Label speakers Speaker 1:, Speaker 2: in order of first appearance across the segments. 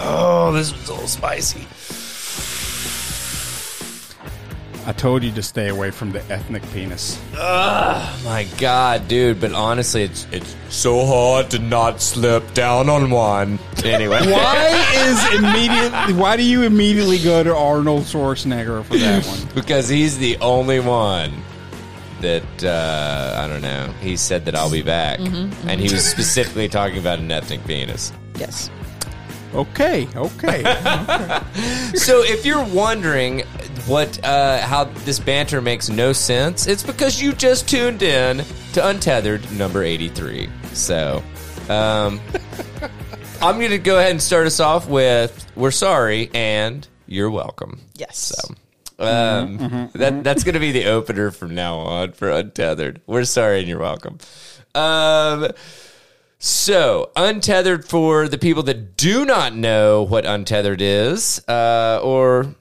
Speaker 1: Oh, this was a little spicy.
Speaker 2: I told you to stay away from the ethnic penis.
Speaker 3: My God, dude! But honestly, it's it's so hard to not slip down on one. Anyway,
Speaker 2: Why is immediately? Why do you immediately go to Arnold Schwarzenegger for that one?
Speaker 3: because he's the only one that uh, I don't know. He said that I'll be back,
Speaker 1: Mm-hmm,
Speaker 3: and he was specifically talking about an ethnic penis.
Speaker 4: Yes.
Speaker 2: Okay, okay.
Speaker 3: So if you're wondering what uh, how this banter makes no sense, it's because you just tuned in to Untethered number 83. So um, I'm going to go ahead and start us off with "We're sorry" and "You're welcome."
Speaker 4: Yes.
Speaker 3: So um, that that's going to be the opener from now on for Untethered. We're sorry and you're welcome. Um, so, Untethered for the people that do not know what Untethered is, uh, or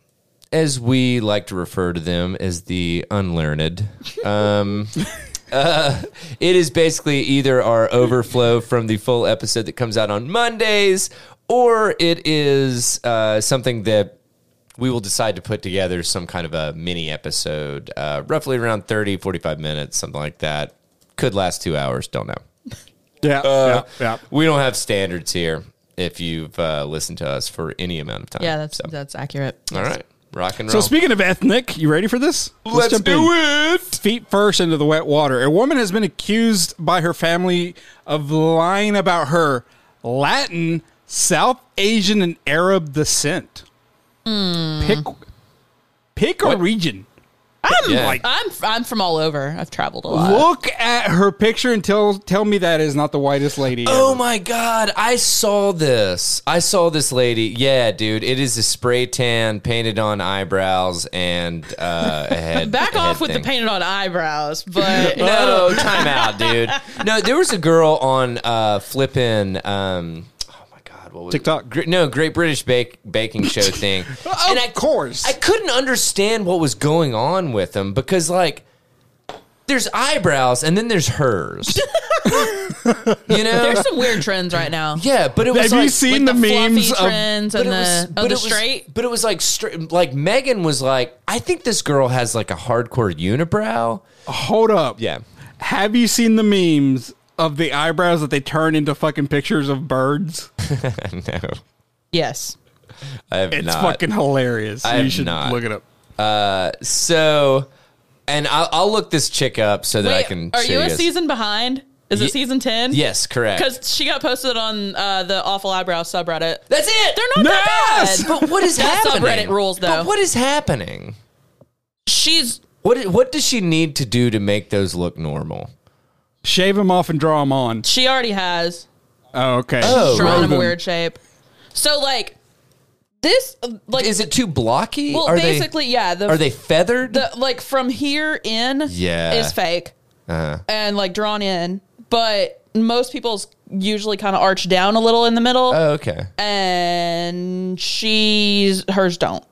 Speaker 3: as we like to refer to them as the unlearned. Um, uh, it is basically either our overflow from the full episode that comes out on Mondays, or it is uh, something that we will decide to put together some kind of a mini episode, uh, roughly around 30, 45 minutes, something like that. Could last two hours, don't know.
Speaker 2: Yeah,
Speaker 3: Uh,
Speaker 2: yeah,
Speaker 3: We don't have standards here if you've uh, listened to us for any amount of time.
Speaker 4: Yeah, that's
Speaker 3: uh, So,
Speaker 4: that's accurate.
Speaker 3: all right. Rock and
Speaker 2: So
Speaker 3: roll.
Speaker 2: speaking of ethnic, you ready for this?
Speaker 3: Let's do it.
Speaker 2: Feet first into the wet water. A woman has been accused by her family of lying about her Latin, South Asian, and Arab descent. Pick, pick a
Speaker 3: Hmm. What?
Speaker 2: region. I'm
Speaker 3: Yeah.
Speaker 2: like,
Speaker 4: I'm I'm from all over. I've traveled a lot.
Speaker 2: look at her picture and tell tell me that is not the whitest lady.
Speaker 3: Oh
Speaker 2: ever.
Speaker 3: my God. I saw this. I saw this lady. Yeah, dude. It is a spray tan painted on eyebrows and uh, a head.
Speaker 4: Back
Speaker 3: a
Speaker 4: off
Speaker 3: head
Speaker 4: with
Speaker 3: thing.
Speaker 4: the painted on eyebrows, but
Speaker 3: No, time out, dude. No, there was a girl on uh, flippin' um, oh my god, what was it?
Speaker 2: TikTok.
Speaker 3: Gr- no, Great British Bake Baking Show thing.
Speaker 2: Of course.
Speaker 3: I couldn't understand what was going on with them because like there's eyebrows and then there's hers. you know?
Speaker 4: there's some weird trends right now.
Speaker 3: yeah, but it was
Speaker 2: Have
Speaker 3: like,
Speaker 2: you seen
Speaker 4: the,
Speaker 2: the, memes
Speaker 4: fluffy
Speaker 2: of
Speaker 4: trends and the, oh, the straight.
Speaker 3: but it was like straight. Like Megan was like, I think this girl has like a hardcore unibrow.
Speaker 2: Hold up.
Speaker 3: Yeah.
Speaker 2: Have you seen the memes of the eyebrows that they turn into fucking pictures of birds?
Speaker 3: no,
Speaker 4: yes.
Speaker 3: I have
Speaker 2: It's
Speaker 3: not.
Speaker 2: fucking hilarious.
Speaker 3: I
Speaker 2: you
Speaker 3: have
Speaker 2: should
Speaker 3: not.
Speaker 2: look it up.
Speaker 3: So, and I'll, I'll look this chick up so that I
Speaker 4: Wait,
Speaker 3: can.
Speaker 4: are
Speaker 3: show
Speaker 4: you a
Speaker 3: guys.
Speaker 4: season behind? Is
Speaker 3: Ye-
Speaker 4: it season ten?
Speaker 3: Yes, correct.
Speaker 4: Because she got posted on uh, the awful eyebrow subreddit.
Speaker 3: that's it.
Speaker 4: They're not that
Speaker 2: Yes!
Speaker 4: bad.
Speaker 3: But what is
Speaker 4: That's
Speaker 3: happening?
Speaker 4: subreddit rules, though.
Speaker 3: But what is happening?
Speaker 4: She's
Speaker 3: What i- What does she need to do to make those look normal?
Speaker 2: Shave them off and draw them on.
Speaker 4: she already has
Speaker 2: Oh, okay.
Speaker 3: Oh.
Speaker 4: drawn
Speaker 2: Grow
Speaker 4: in a
Speaker 2: them.
Speaker 4: weird shape. So like this, uh, like
Speaker 3: Is it too blocky?
Speaker 4: well,
Speaker 3: are
Speaker 4: basically, yeah. The,
Speaker 3: they are they feathered?
Speaker 4: the like from here in
Speaker 3: Yeah. Uh-huh.
Speaker 4: is fake and like drawn in, but most people's usually kind of arch down a little in the middle,
Speaker 3: oh, okay.
Speaker 4: and she's hers don't.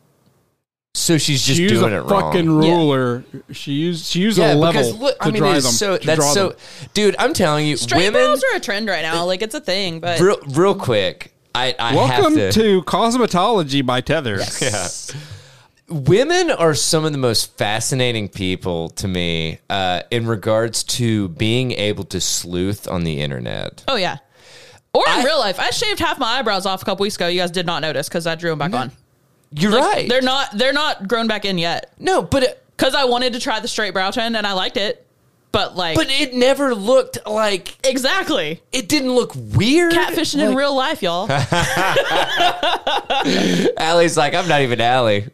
Speaker 3: So she's just
Speaker 2: She used
Speaker 3: doing
Speaker 2: a
Speaker 3: it wrong.
Speaker 2: fucking ruler. She used she used
Speaker 3: yeah,
Speaker 2: a level
Speaker 3: because look,
Speaker 2: to
Speaker 3: I mean,
Speaker 2: dry
Speaker 3: it
Speaker 2: them.
Speaker 3: is so
Speaker 2: to
Speaker 3: that's
Speaker 2: draw
Speaker 3: so,
Speaker 2: them.
Speaker 3: dude. I'm telling you,
Speaker 4: Straight
Speaker 3: women.
Speaker 4: brows are a trend right now, like it's a thing. But
Speaker 3: Real, real quick, I, I
Speaker 2: Welcome
Speaker 3: have
Speaker 2: to, Cosmetology by Tether.
Speaker 3: women are some of the most fascinating people to me uh, in regards to being able to sleuth on the internet.
Speaker 4: oh yeah, or in
Speaker 3: I-
Speaker 4: real life, I shaved half my eyebrows off a couple weeks ago. You guys did not notice because I drew them back on.
Speaker 3: You're right.
Speaker 4: They're not they're not grown back in yet
Speaker 3: no, but it,
Speaker 4: because I wanted to try the straight brow trend and I liked it, but like
Speaker 3: but it never looked like
Speaker 4: exactly
Speaker 3: it didn't look weird.
Speaker 4: catfishing in real life, y'all.
Speaker 3: Allie's like, I'm not even Allie.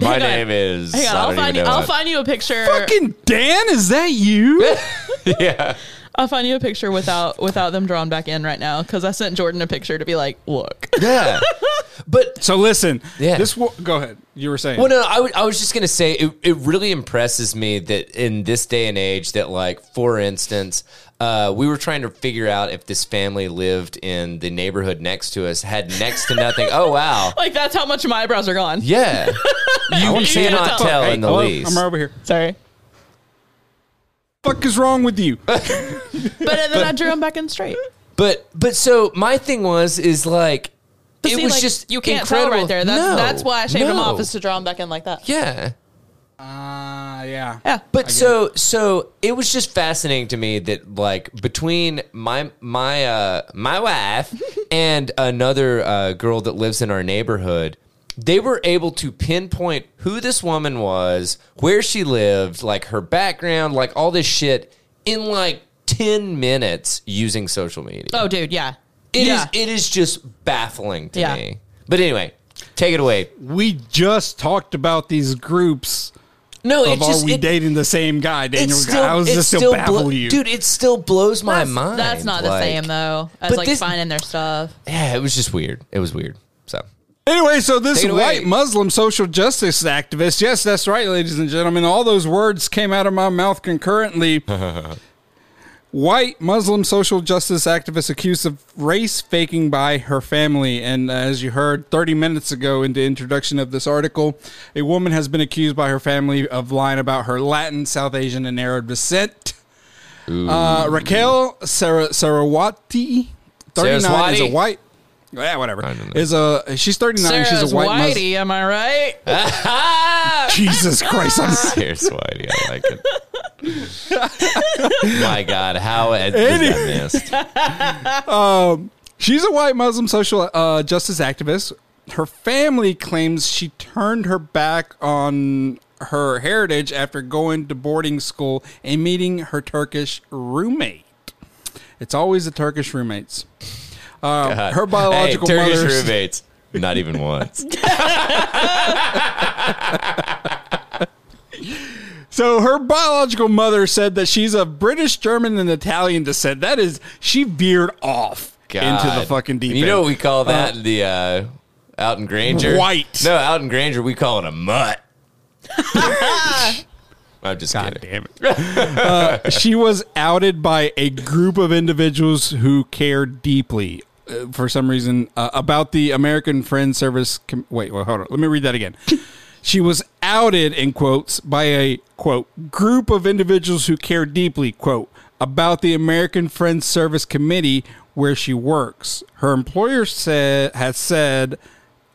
Speaker 3: My
Speaker 4: Hang on.
Speaker 3: name is.
Speaker 4: Hang on,
Speaker 3: I
Speaker 4: I'll
Speaker 3: don't
Speaker 4: find you.
Speaker 3: even know
Speaker 4: I'll
Speaker 3: it.
Speaker 4: find you a picture.
Speaker 2: Fucking Dan, is that you?
Speaker 3: yeah.
Speaker 4: I'll find you a picture without without them drawn back in right now because I sent Jordan a picture to be like, look.
Speaker 3: Yeah. but
Speaker 2: so listen,
Speaker 3: Yeah.
Speaker 2: this wo- go ahead. You were saying.
Speaker 3: Well, no, I, w- I was just gonna say it, it. really impresses me that in this day and age, that like for instance, uh, we were trying to figure out if this family lived in the neighborhood next to us, had next to nothing. oh wow,
Speaker 4: Like that's how much my eyebrows are gone.
Speaker 3: yeah, you cannot
Speaker 4: tell.
Speaker 3: tell
Speaker 2: Hey,
Speaker 3: in the
Speaker 2: hello?
Speaker 3: least.
Speaker 2: I'm right over here.
Speaker 4: Sorry,
Speaker 2: Fuck is wrong with you?
Speaker 4: but then I drew them back in straight.
Speaker 3: But but so my thing was is like
Speaker 4: But
Speaker 3: it
Speaker 4: see,
Speaker 3: was
Speaker 4: like,
Speaker 3: just
Speaker 4: you can't
Speaker 3: incredible.
Speaker 4: tell right there. That's,
Speaker 3: No,
Speaker 4: that's why I shaved him
Speaker 3: no.
Speaker 4: off is to draw him back in like that.
Speaker 3: Yeah.
Speaker 2: Ah, yeah.
Speaker 4: Yeah.
Speaker 3: But so so it was just fascinating to me that like between my my uh my wife and another uh, girl that lives in our neighborhood, they were able to pinpoint who this woman was, where she lived, like her background, like all this shit in like 10 minutes using social media.
Speaker 4: Oh, dude, yeah.
Speaker 3: It is
Speaker 4: yeah.
Speaker 3: it is just baffling to
Speaker 4: Yeah.
Speaker 3: me. But anyway, take it away.
Speaker 2: We just talked about these groups
Speaker 3: No,
Speaker 2: of
Speaker 3: it just
Speaker 2: are we
Speaker 3: it,
Speaker 2: dating the same guy,
Speaker 3: it
Speaker 2: Daniel?
Speaker 3: still,
Speaker 2: How is
Speaker 3: it
Speaker 2: this still,
Speaker 3: still
Speaker 2: baffle
Speaker 3: blo-
Speaker 2: you?
Speaker 3: dude. It still blows my
Speaker 4: that's,
Speaker 3: mind.
Speaker 4: That's not the
Speaker 3: Like,
Speaker 4: same though. As
Speaker 3: but
Speaker 4: like
Speaker 3: this-
Speaker 4: finding their stuff.
Speaker 3: Yeah, it was just weird. It was weird. So
Speaker 2: Anyway, so this
Speaker 3: Take it away.
Speaker 2: white Muslim social justice activist, yes, that's right, ladies and gentlemen, all those words came out of my mouth concurrently. white Muslim social justice activist accused of race faking by her family. And uh, as you heard 30 minutes ago in the introduction of this article, a woman has been accused by her family of lying about her Latin, South Asian, and Arab descent. Uh, Raquel Sara- Sarawati, 39, is a
Speaker 3: Saraswati?
Speaker 2: white. Yeah, whatever.
Speaker 3: don't know.
Speaker 2: Is a she's 39. she's a white. Mus-
Speaker 4: whitey, am I right?
Speaker 3: Uh,
Speaker 2: Jesus Christ! I'm s-
Speaker 3: here's Whitey. I like it. my God, how it was
Speaker 2: Any-
Speaker 3: that missed?
Speaker 2: she's a white Muslim social uh, justice activist. Her family claims she turned her back on her heritage after going to boarding school and meeting her Turkish roommate. It's always the Turkish roommates. Uh, her biological
Speaker 3: hey, Turkish
Speaker 2: mother's
Speaker 3: roommates. Not even once.
Speaker 2: So her biological mother said that she's of British, German, and Italian descent. That is, she veered off into the
Speaker 3: God.
Speaker 2: fucking deep.
Speaker 3: You
Speaker 2: end. Uh-huh.
Speaker 3: know what we call that? in the uh, out in Granger,
Speaker 2: White.
Speaker 3: No, out in Granger, we call it a mutt. I'm just
Speaker 2: God
Speaker 3: kidding.
Speaker 2: damn it. Uh, she was outed by a group of individuals who care deeply, uh, for some reason, uh, about the American Friends Service. Com- Wait, well, hold on. Let me read that again. She was outed, in quotes, by a, quote, group of individuals who care deeply, quote, about the American Friends Service Committee where she works. Her employer said, has said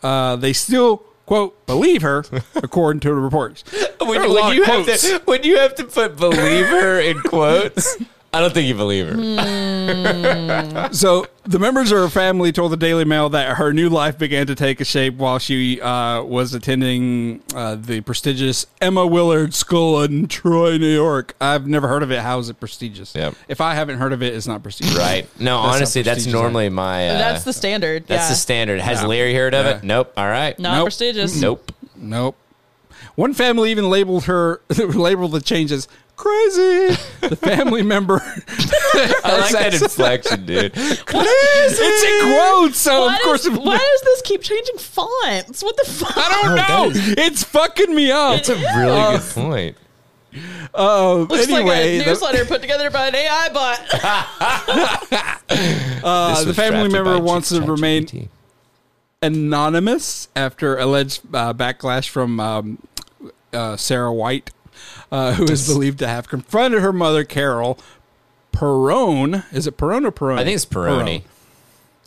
Speaker 2: uh, they still, quote, believe her, according to the reports. There
Speaker 3: When,
Speaker 2: are a
Speaker 3: when
Speaker 2: lot of
Speaker 3: you have
Speaker 2: quotes.
Speaker 3: to, when you have to put believer in quotes, I don't think you believe her.
Speaker 2: So the members of her family told the Daily Mail that her new life began to take a shape while she uh, was attending uh, the prestigious Emma Willard School in Troy, New York. I've never heard of it. How is it prestigious?
Speaker 3: Yep.
Speaker 2: If I haven't heard of it, it's not prestigious.
Speaker 3: Right? No,
Speaker 2: That's how
Speaker 3: honestly, that's
Speaker 2: prestigious I am.
Speaker 3: normally my. Uh,
Speaker 4: that's the standard.
Speaker 3: that's
Speaker 4: yeah.
Speaker 3: the standard. Has Larry heard of it? Nope. All right.
Speaker 4: Not
Speaker 2: Nope.
Speaker 4: prestigious.
Speaker 3: Nope.
Speaker 2: Nope. One family even labeled her labeled the change as crazy. The family member.
Speaker 3: I like that inflection, dude.
Speaker 2: it's in quotes, so
Speaker 4: Why
Speaker 2: of course.
Speaker 4: does, why does this keep changing fonts? What the fuck?
Speaker 2: I don't
Speaker 3: Oh, that
Speaker 2: know.
Speaker 3: is-
Speaker 2: it's fucking me up.
Speaker 3: That's a really good point.
Speaker 2: Uh,
Speaker 4: Looks
Speaker 2: anyway,
Speaker 4: like a
Speaker 2: the-
Speaker 4: newsletter put together by an AI bot.
Speaker 3: This
Speaker 2: the
Speaker 3: was
Speaker 2: family
Speaker 3: drafted
Speaker 2: member
Speaker 3: by
Speaker 2: wants to
Speaker 3: ChatGPT.
Speaker 2: remain- anonymous after alleged uh, backlash from um, uh, Sarah White, uh, who is believed to have confronted her mother, Carol Perone. Is it Perone or Perone?
Speaker 3: I think it's Peroni.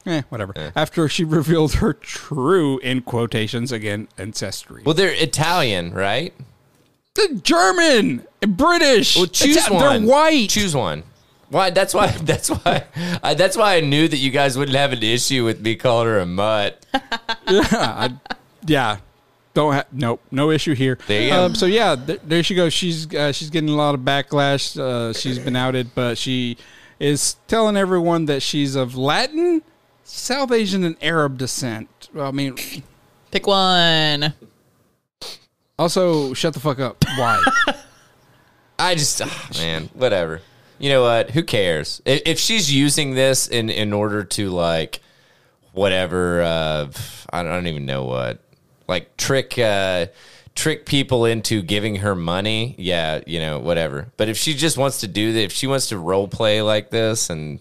Speaker 2: Eh, whatever. After she revealed her true, in quotations again, ancestry.
Speaker 3: Well, they're Italian, right?
Speaker 2: the German, British.
Speaker 3: Well, choose
Speaker 2: Ital-
Speaker 3: one.
Speaker 2: They're white.
Speaker 3: Choose one. Why? That's why. That's why. I, that's why I knew that you guys wouldn't have an issue with me calling her a mutt.
Speaker 2: yeah don't have nope no issue here
Speaker 3: There you go.
Speaker 2: um, so yeah th- there she goes she's uh, she's getting a lot of backlash uh, she's been outed but she is telling everyone that she's of latin south asian and arab descent Well, i mean
Speaker 4: Pick one.
Speaker 2: also shut the fuck up why
Speaker 3: I just, ah, man, whatever. You know what? Who cares? I- If she's using this in in order to like whatever, uh, I don't even know what, like trick uh, trick people into giving her money. Yeah, you know, whatever. But if she just wants to do that, if she wants to role play like this, and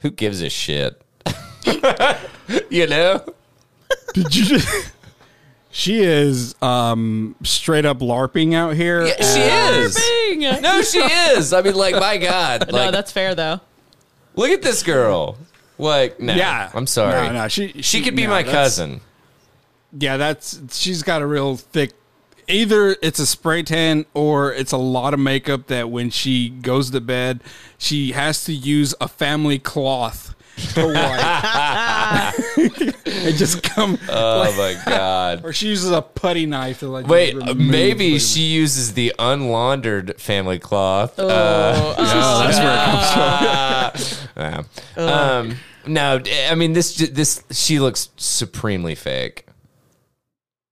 Speaker 3: who gives a shit? you know,
Speaker 2: did you she is um straight up larping out here
Speaker 3: Yeah, she is.
Speaker 4: Bing.
Speaker 3: No, she Uh, is. I mean, like, my God,
Speaker 4: no,
Speaker 3: like,
Speaker 4: that's fair though.
Speaker 3: look at this girl. Like, no.
Speaker 2: Yeah.
Speaker 3: I'm sorry.
Speaker 2: No, no, she-
Speaker 3: she
Speaker 2: she-
Speaker 3: could be
Speaker 2: no,
Speaker 3: my
Speaker 2: that's-
Speaker 3: cousin.
Speaker 2: Yeah, that's she's got a real thick. Either it's a spray tan or it's a lot of makeup that when she goes to bed, she has to use a family cloth to wipe. it just come,
Speaker 3: Oh my god.
Speaker 2: or she uses a putty knife to like.
Speaker 3: Wait,
Speaker 2: remove
Speaker 3: maybe
Speaker 2: the-
Speaker 3: she uses the unlaundered family cloth. Uh,
Speaker 2: Oh, that's where it comes from.
Speaker 3: yeah. Um, no, I mean this. This she looks supremely fake.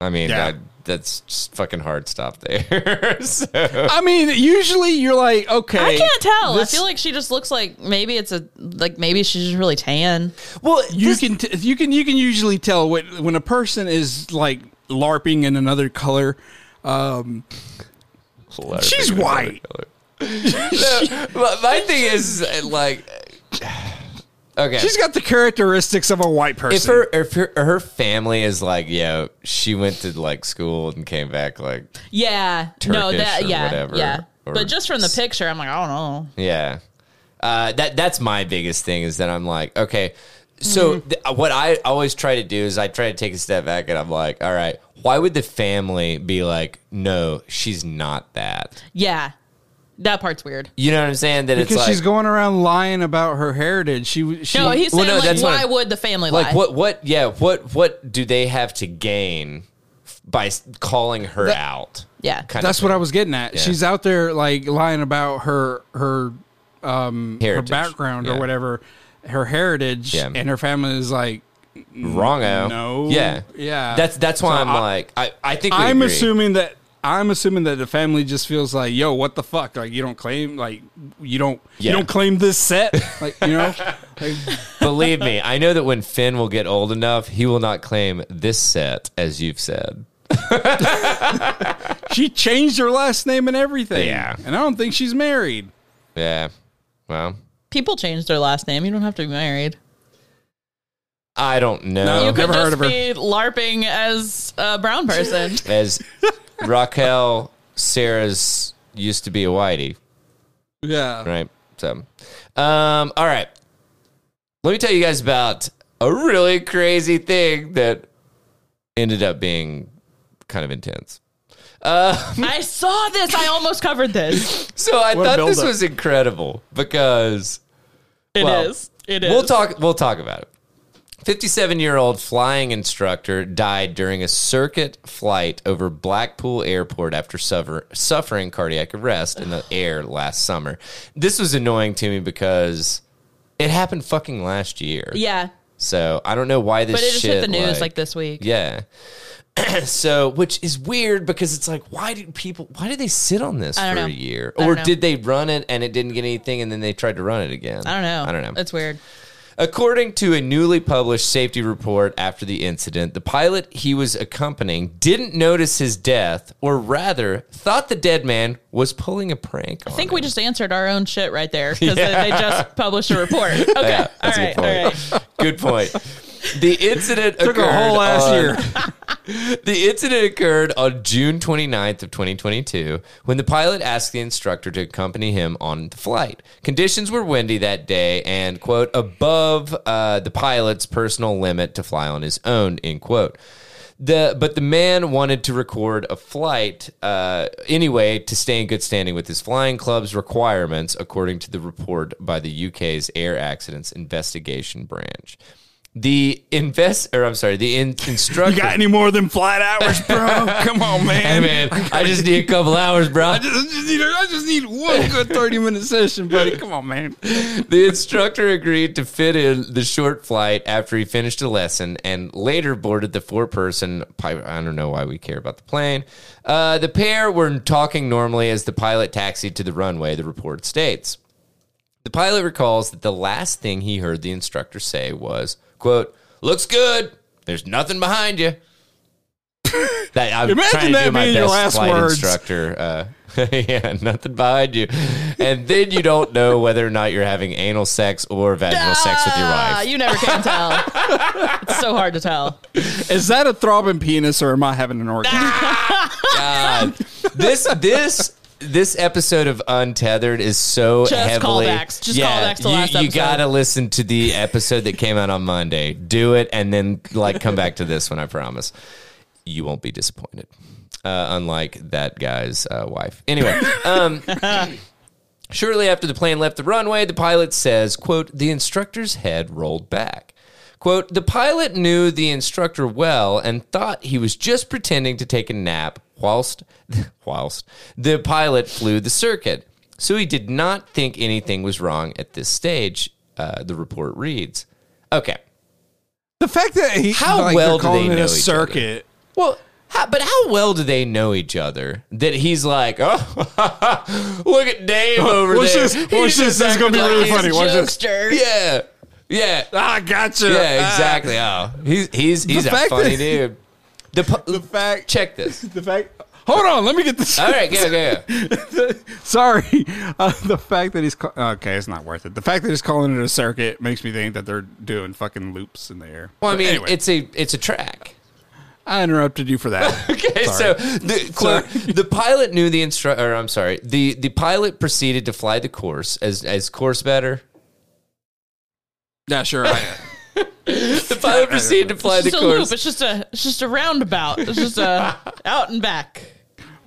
Speaker 3: I mean,
Speaker 2: Yeah.
Speaker 3: that, that's just fucking hard stop there. so,
Speaker 2: I mean, usually you're like, okay,
Speaker 4: I can't tell.
Speaker 2: this-
Speaker 4: I feel like she just looks like maybe it's a like maybe she's just really tan.
Speaker 3: well,
Speaker 2: you can t- you can you can usually tell when when a person is like larping in another color. Um, she's white.
Speaker 3: But my thing is uh, like, okay,
Speaker 2: She's got the characteristics of a white person.
Speaker 3: if her if her, her family is like, yeah, she went to like school and came back like,
Speaker 4: Yeah. no,
Speaker 3: Turkish
Speaker 4: that
Speaker 3: or
Speaker 4: yeah.
Speaker 3: whatever,
Speaker 4: yeah.
Speaker 3: or-
Speaker 4: but just from the picture, I'm like, I don't know.
Speaker 3: Yeah. Uh, that that's my biggest thing is that I'm like, okay. So
Speaker 2: Mm-hmm.
Speaker 3: th- uh, what I always try to do is I try to take a step back and I'm like, all right, why would the family be like, no, she's not that?
Speaker 4: Yeah. That part's weird.
Speaker 3: You know what I'm saying? That
Speaker 2: because
Speaker 3: it's like,
Speaker 2: she's going around lying about her heritage. She, she
Speaker 4: No, he's
Speaker 3: Well,
Speaker 4: saying
Speaker 3: no,
Speaker 4: like,
Speaker 3: that's what
Speaker 4: why
Speaker 3: I'm-
Speaker 4: would the family lie?
Speaker 3: like what what yeah what what do they have to gain f- by s- calling her out?
Speaker 4: Yeah.
Speaker 3: Kind
Speaker 2: that's
Speaker 3: of
Speaker 2: what I was getting at. She's out there like lying about her her her
Speaker 3: heritage.
Speaker 2: background
Speaker 3: Yeah.
Speaker 2: or whatever, her heritage,
Speaker 3: Yeah.
Speaker 2: and her family is like.
Speaker 3: Wrongo.
Speaker 2: No.
Speaker 3: Yeah.
Speaker 2: Yeah.
Speaker 3: That's that's why
Speaker 2: So
Speaker 3: I'm
Speaker 2: I-
Speaker 3: like I I think we
Speaker 2: I'm
Speaker 3: agree.
Speaker 2: assuming that I'm assuming that the family just feels like, yo, what the fuck? Like you don't claim, like you don't
Speaker 3: Yeah.
Speaker 2: you don't claim this set, like you know. Like,
Speaker 3: Believe me, I know that when Finn will get old enough, he will not claim this set as you've said.
Speaker 2: she changed her last name and everything.
Speaker 3: Yeah.
Speaker 2: and I don't think she's married.
Speaker 3: Yeah. Well,
Speaker 4: People change their last name. You don't have to be married.
Speaker 3: I don't know.
Speaker 4: You
Speaker 2: I've
Speaker 4: could
Speaker 2: never
Speaker 4: just
Speaker 2: heard of her.
Speaker 4: be LARPing as a brown person.
Speaker 3: As Raquel Sarah's used to be a whitey,
Speaker 2: Yeah,
Speaker 3: right? So, um, all right. Let me tell you guys about a really crazy thing that ended up being kind of intense.
Speaker 4: I saw this. I almost covered this.
Speaker 3: So I
Speaker 2: What a
Speaker 3: thought this
Speaker 2: buildup.
Speaker 3: was incredible because
Speaker 4: It is.
Speaker 3: Well,
Speaker 4: It is.
Speaker 3: We'll talk. We'll talk about it. Fifty-seven-year-old flying instructor died during a circuit flight over Blackpool Airport after suffer, suffering cardiac arrest in the air last summer. This was annoying to me because it happened fucking last year.
Speaker 4: Yeah.
Speaker 3: So I don't know why this
Speaker 4: But it just
Speaker 3: shit
Speaker 4: hit the news like, this week.
Speaker 3: Yeah. so, which is weird because it's like, why did people? Why did they sit on this for
Speaker 4: I don't
Speaker 3: a
Speaker 4: know.
Speaker 3: year?
Speaker 4: I don't
Speaker 3: Or
Speaker 4: know.
Speaker 3: did they run it and it didn't get anything, and then they tried to run it again?
Speaker 4: I don't know.
Speaker 3: I don't know.
Speaker 4: It's weird.
Speaker 3: According to a newly published safety report after the incident, the pilot he was accompanying didn't notice his death, or rather, thought the dead man was pulling a prank.
Speaker 4: I think we just answered our own shit right there because they just published a report. Okay. all
Speaker 3: That's a
Speaker 4: right.
Speaker 3: good
Speaker 4: All
Speaker 3: point.
Speaker 4: right.
Speaker 3: Good point. The incident
Speaker 2: took
Speaker 3: occurred
Speaker 2: a whole ass
Speaker 3: on-
Speaker 2: year.
Speaker 3: The incident occurred on June 29th of 2022 when the pilot asked the instructor to accompany him on the flight. Conditions were windy that day and, quote, above uh, the pilot's personal limit to fly on his own, end quote. The, but the man wanted to record a flight uh, anyway to stay in good standing with his flying club's requirements, according to the report by the UK's Air Accidents Investigation Branch. The invest, or I'm sorry, the in- instructor.
Speaker 2: You got any more than flight hours, bro? Come on,
Speaker 3: Hey
Speaker 2: man.
Speaker 3: man, I just need a couple hours, bro.
Speaker 2: I just need I just need one good thirty minute session, buddy. Come on, man.
Speaker 3: The instructor agreed to fit in the short flight after he finished a lesson and later boarded the four person. I don't know why we care about the plane. Uh, the pair were talking normally as the pilot taxied to the runway, the report states. The pilot recalls that the last thing he heard the instructor say was, quote, looks good. There's nothing behind you. that, I'm
Speaker 2: Imagine
Speaker 3: trying to
Speaker 2: that
Speaker 3: do my
Speaker 2: being your
Speaker 3: best
Speaker 2: last
Speaker 3: flight
Speaker 2: words.
Speaker 3: instructor. Uh, yeah, nothing behind you. And then you don't know whether or not you're having anal sex or vaginal sex with your
Speaker 4: Ah,
Speaker 3: wife.
Speaker 4: You never can tell. it's so hard to tell.
Speaker 2: Is that a throbbing penis or am I having an orgasm?
Speaker 3: God. This, this this episode of Untethered is so
Speaker 4: Just
Speaker 3: heavily
Speaker 4: callbacks. Just callbacks to
Speaker 3: you,
Speaker 4: last
Speaker 3: You
Speaker 4: episode.
Speaker 3: gotta listen to the episode that came out on Monday. Do it and then like come back to this one. I promise, you won't be disappointed. Uh, unlike that guy's uh, wife. Anyway, um, Shortly after the plane left the runway, the pilot says, quote, the instructor's head rolled back. Quote, the pilot knew the instructor well and thought he was just pretending to take a nap whilst whilst the pilot flew the circuit. So he did not think anything was wrong at this stage, uh, the report reads. Okay.
Speaker 2: The fact that he
Speaker 3: How
Speaker 2: like,
Speaker 3: well
Speaker 2: they're
Speaker 3: do
Speaker 2: calling
Speaker 3: they
Speaker 2: it
Speaker 3: know
Speaker 2: a
Speaker 3: each other?
Speaker 2: circuit.
Speaker 3: Well, how, but how well do they know each other that he's like, oh, look at Dave over
Speaker 2: Watch
Speaker 3: there.
Speaker 2: this.
Speaker 3: He's
Speaker 2: Watch this. This is
Speaker 3: acting
Speaker 2: gonna be really
Speaker 3: he's-
Speaker 2: funny. Watch this.
Speaker 4: Jokester.
Speaker 3: Yeah. Yeah.
Speaker 2: Ah, gotcha.
Speaker 3: Yeah, exactly. Oh, he's he's he's a
Speaker 2: fact
Speaker 3: funny
Speaker 2: that-
Speaker 3: dude. The, pu-
Speaker 2: the fact.
Speaker 3: check this.
Speaker 2: The fact. Hold on. Let me get this.
Speaker 3: All right, go go. go.
Speaker 2: Sorry. Uh, the fact that he's. Call- okay, it's not worth it. The fact that he's calling it a circuit makes me think that they're doing fucking loops in the air.
Speaker 3: Well, I
Speaker 2: But
Speaker 3: mean,
Speaker 2: anyway,
Speaker 3: it's a it's a track.
Speaker 2: I interrupted you for that.
Speaker 3: Okay,
Speaker 2: Sorry.
Speaker 3: so the quote, the pilot knew the instru- or I'm sorry, the the pilot proceeded to fly the course as as course better.
Speaker 2: yeah, sure. I,
Speaker 3: The pilot proceeded to fly
Speaker 4: It's
Speaker 3: the
Speaker 4: just a loop.
Speaker 3: course.
Speaker 4: It's just a it's just a roundabout. It's just a out and back.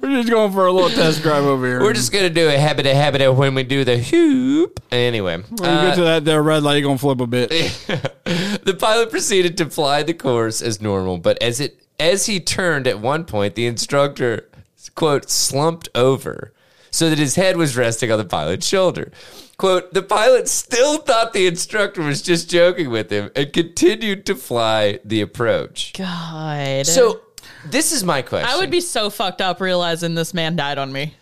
Speaker 2: we're just going for a little test drive over here.
Speaker 3: We're just gonna do a habit a habit of when we do the hoop. Anyway,
Speaker 2: When you
Speaker 3: uh,
Speaker 2: get to that there red light, you're gonna flip a bit.
Speaker 3: the pilot proceeded to fly the course as normal, but as it as he turned at one point, the instructor quote slumped over so that his head was resting on the pilot's shoulder. Quote, the pilot still thought the instructor was just joking with him and continued to fly the approach.
Speaker 4: God.
Speaker 3: So this is my question.
Speaker 4: I would be so fucked up realizing this man died on me.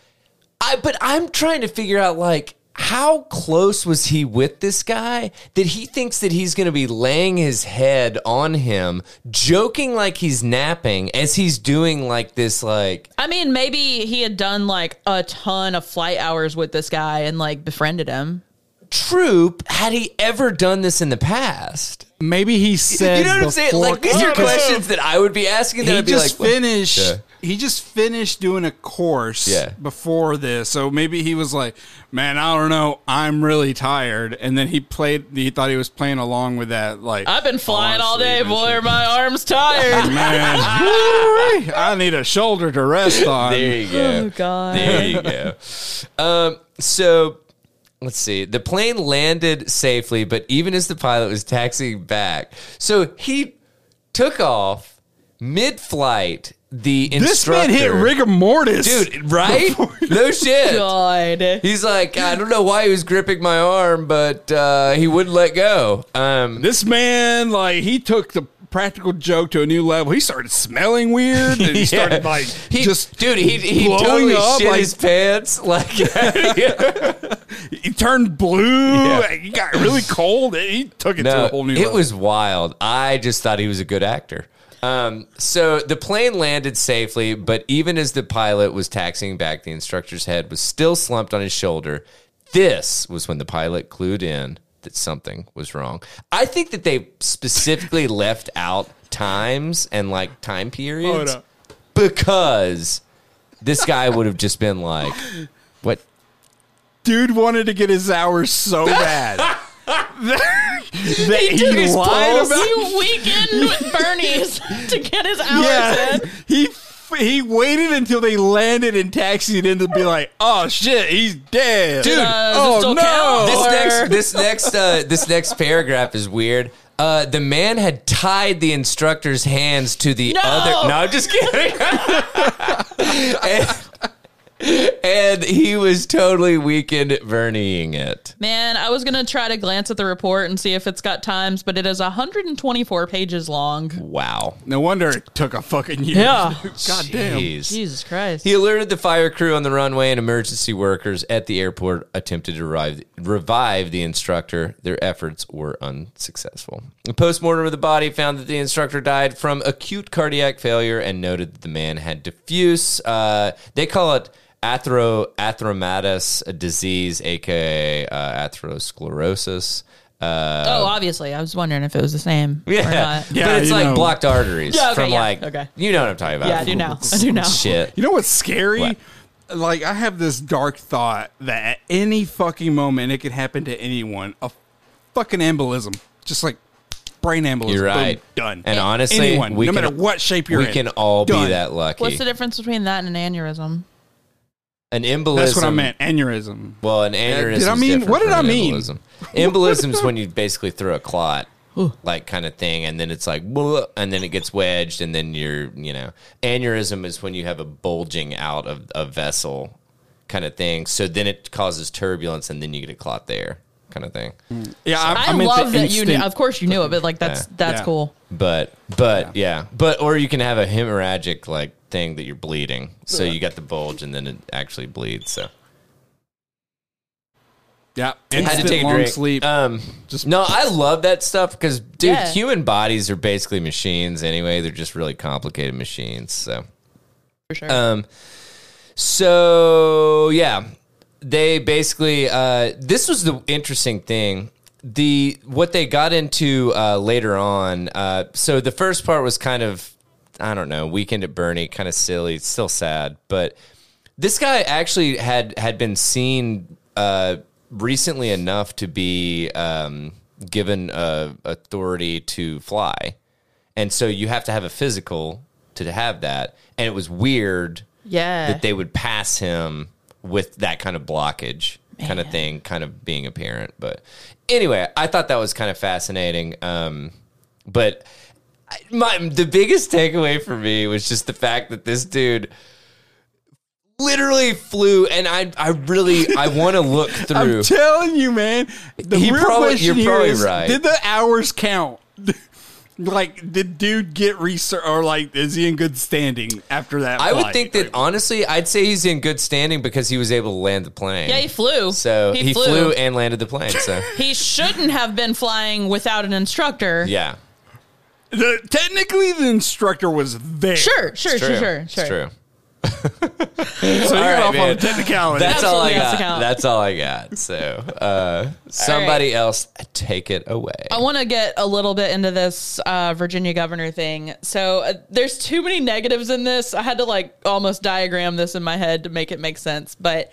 Speaker 3: I but I'm trying to figure out like how close was he with this guy that he thinks that he's going to be laying his head on him, joking like he's napping as he's doing like this like
Speaker 4: I mean, maybe he had done like a ton of flight hours with this guy and like befriended him.
Speaker 3: troop. Had he ever done this in the past?
Speaker 2: Maybe he said.
Speaker 3: you know what I'm saying?
Speaker 2: before-
Speaker 3: Like these are
Speaker 2: Yeah, 'cause
Speaker 3: questions that I would be asking. That
Speaker 2: He
Speaker 3: I'd be like,
Speaker 2: just
Speaker 3: what-
Speaker 2: finished.
Speaker 3: Yeah.
Speaker 2: He just finished doing a course
Speaker 3: Yeah.
Speaker 2: before this, so maybe he was like, "Man, I don't know, I'm really tired." And then he played. He thought he was playing along with that. Like
Speaker 4: I've been flying all day,
Speaker 2: honestly,
Speaker 4: boy. My arm's tired.
Speaker 2: Man, woo-wee, I need a shoulder to rest on.
Speaker 3: There you go.
Speaker 4: oh God.
Speaker 3: There you go. Um, so let's see. The plane landed safely, but even as the pilot was taxiing back, so he took off mid-flight. The
Speaker 2: this
Speaker 3: instructor,
Speaker 2: man hit rigor mortis,
Speaker 3: dude, right? no shit.
Speaker 4: God.
Speaker 3: He's like, I don't know why he was gripping my arm, but uh, he wouldn't let go. Um,
Speaker 2: This man, like, he took the practical joke to a new level. He started smelling weird, and he started
Speaker 3: Yeah.
Speaker 2: like
Speaker 3: he,
Speaker 2: just
Speaker 3: dude, he he
Speaker 2: blowing
Speaker 3: totally
Speaker 2: up,
Speaker 3: shit
Speaker 2: like-
Speaker 3: his pants. Like,
Speaker 2: he turned blue.
Speaker 3: Yeah.
Speaker 2: He got really cold. and He took it to a whole new.
Speaker 3: It
Speaker 2: level.
Speaker 3: was wild. I just thought he was a good actor. Um, so the plane landed safely, but even as the pilot was taxiing back, the instructor's head was still slumped on his shoulder. This was when the pilot clued in that something was wrong. I think that they specifically left out times and like time periods
Speaker 2: Hold up.
Speaker 3: because this guy would have just been like, "What?
Speaker 2: dude wanted to get his hours so bad that that he,
Speaker 3: took his
Speaker 2: lied
Speaker 3: pulse.
Speaker 2: about.
Speaker 4: He weakened with Bernie's to get his hours
Speaker 2: Yeah,
Speaker 4: in.
Speaker 2: he f- he waited until they landed and taxied in to be like, "Oh shit, he's dead,
Speaker 3: Dude,
Speaker 4: Uh, does it
Speaker 2: oh
Speaker 4: still
Speaker 2: no,
Speaker 4: count?
Speaker 3: this
Speaker 4: Or-
Speaker 3: next this next uh, this next paragraph is weird. Uh, the man had tied the instructor's hands to the
Speaker 4: No!
Speaker 3: other. No, I'm just kidding. and, and he was totally weakened Vernieing it.
Speaker 4: Man, I was going to try to glance at the report and see if it's got times, but it is 124 pages long.
Speaker 3: Wow.
Speaker 2: No wonder it took a fucking year.
Speaker 4: Yeah.
Speaker 2: God damn.
Speaker 3: Jeez.
Speaker 4: Jesus Christ.
Speaker 2: uh,
Speaker 3: He alerted the fire crew on the runway and emergency workers at the airport attempted to revive, revive the instructor. Their efforts were unsuccessful. A postmortem of the body found that the instructor died from acute cardiac failure and noted that the man had diffuse, uh, they call it athero, atheromatous disease, aka uh, atherosclerosis.
Speaker 4: oh, obviously. I was wondering if it was the same or
Speaker 3: Yeah.
Speaker 4: not.
Speaker 2: Yeah,
Speaker 3: but it's
Speaker 2: you
Speaker 3: like
Speaker 2: know.
Speaker 3: blocked arteries
Speaker 4: Yeah, okay,
Speaker 3: from
Speaker 4: yeah,
Speaker 3: like,
Speaker 4: okay.
Speaker 3: you know what I'm talking about.
Speaker 4: Yeah, I do now. I do now.
Speaker 3: Shit.
Speaker 2: You know what's scary?
Speaker 3: What?
Speaker 2: like I have this dark thought that at any fucking moment it could happen to anyone. A fucking embolism, just like brain embolism.
Speaker 3: You're right.
Speaker 2: Boom, done.
Speaker 3: And honestly,
Speaker 2: anyone,
Speaker 3: we
Speaker 2: no
Speaker 3: can-
Speaker 2: matter what shape you're
Speaker 3: we
Speaker 2: in,
Speaker 3: can all
Speaker 2: Done.
Speaker 3: be that lucky.
Speaker 4: What's the difference between that and an aneurysm?
Speaker 3: an embolism.
Speaker 2: That's what I meant. Aneurysm.
Speaker 3: Well, an aneurysm.
Speaker 2: did I mean- what did I mean?
Speaker 3: Embolism. Embolism's when you basically throw a clot, like kind of thing, and then it's like, "Whoa," and then it gets wedged, and then you're, you know, aneurysm is when you have a bulging out of a vessel, kind of thing. So then it causes turbulence, and then you get a clot there, kind of thing.
Speaker 2: Yeah,
Speaker 4: I,
Speaker 2: meant
Speaker 4: love
Speaker 2: the
Speaker 4: that you knew.
Speaker 2: instinct.
Speaker 4: Of course, you knew it, but like that's
Speaker 3: Yeah.
Speaker 4: that's
Speaker 2: Yeah.
Speaker 4: cool.
Speaker 3: But but yeah. but or you can have a hemorrhagic like thing that you're bleeding, so you got the bulge, and then it actually bleeds. So.
Speaker 2: Yeah,
Speaker 3: had to
Speaker 2: instant
Speaker 3: take a
Speaker 2: long
Speaker 3: drink.
Speaker 2: sleep.
Speaker 3: Um,
Speaker 2: Just-
Speaker 3: no, I love that stuff because, dude,
Speaker 4: Yeah.
Speaker 3: human bodies are basically machines anyway. They're just really complicated machines. So,
Speaker 4: For
Speaker 2: Uh,
Speaker 4: sure.
Speaker 3: um, so yeah, they basically. Uh, this was the interesting thing. The what they got into uh, later on. Uh, so the first part was kind of, I don't know, weekend at Bernie, kind of silly, still sad, but this guy actually had had been seen uh, recently enough to be um, given uh, authority to fly, and so you have to have a physical to have that. And it was weird
Speaker 4: yeah.
Speaker 3: that they would pass him with that kind of blockage, kind of
Speaker 4: Man.
Speaker 3: thing, kind of being a parent. But anyway, I thought that was kind of fascinating. Um, but I- my the biggest takeaway for me was just the fact that this dude literally flew and I I really I want to look through
Speaker 2: I'm telling you, man. The
Speaker 3: He
Speaker 2: real
Speaker 3: probably-
Speaker 2: question
Speaker 3: you're
Speaker 2: here
Speaker 3: probably
Speaker 2: is,
Speaker 3: right.
Speaker 2: did the hours count? like, did dude get research, or like, is he in good standing after that?
Speaker 3: I would
Speaker 2: flight?
Speaker 3: think that honestly I'd say he's in good standing because he was able to land the plane.
Speaker 4: yeah, he flew.
Speaker 3: So he, flew. and landed the plane. So
Speaker 4: He shouldn't have been flying without an instructor.
Speaker 3: yeah.
Speaker 2: the, technically the instructor was there.
Speaker 4: Sure, sure,
Speaker 3: It's
Speaker 4: sure,
Speaker 3: true.
Speaker 4: sure,
Speaker 3: It's
Speaker 4: sure.
Speaker 3: true.
Speaker 2: so you
Speaker 3: All
Speaker 2: got
Speaker 3: right,
Speaker 2: off on
Speaker 3: man.
Speaker 2: a technicality.
Speaker 3: That's all I
Speaker 4: Absolutely has to
Speaker 3: got.
Speaker 4: count.
Speaker 3: That's all I got. So uh, somebody else take it away.
Speaker 4: I want to get a little bit into this uh, Virginia governor thing. So uh, there's too many negatives in this. I had to like almost diagram this in my head to make it make sense. But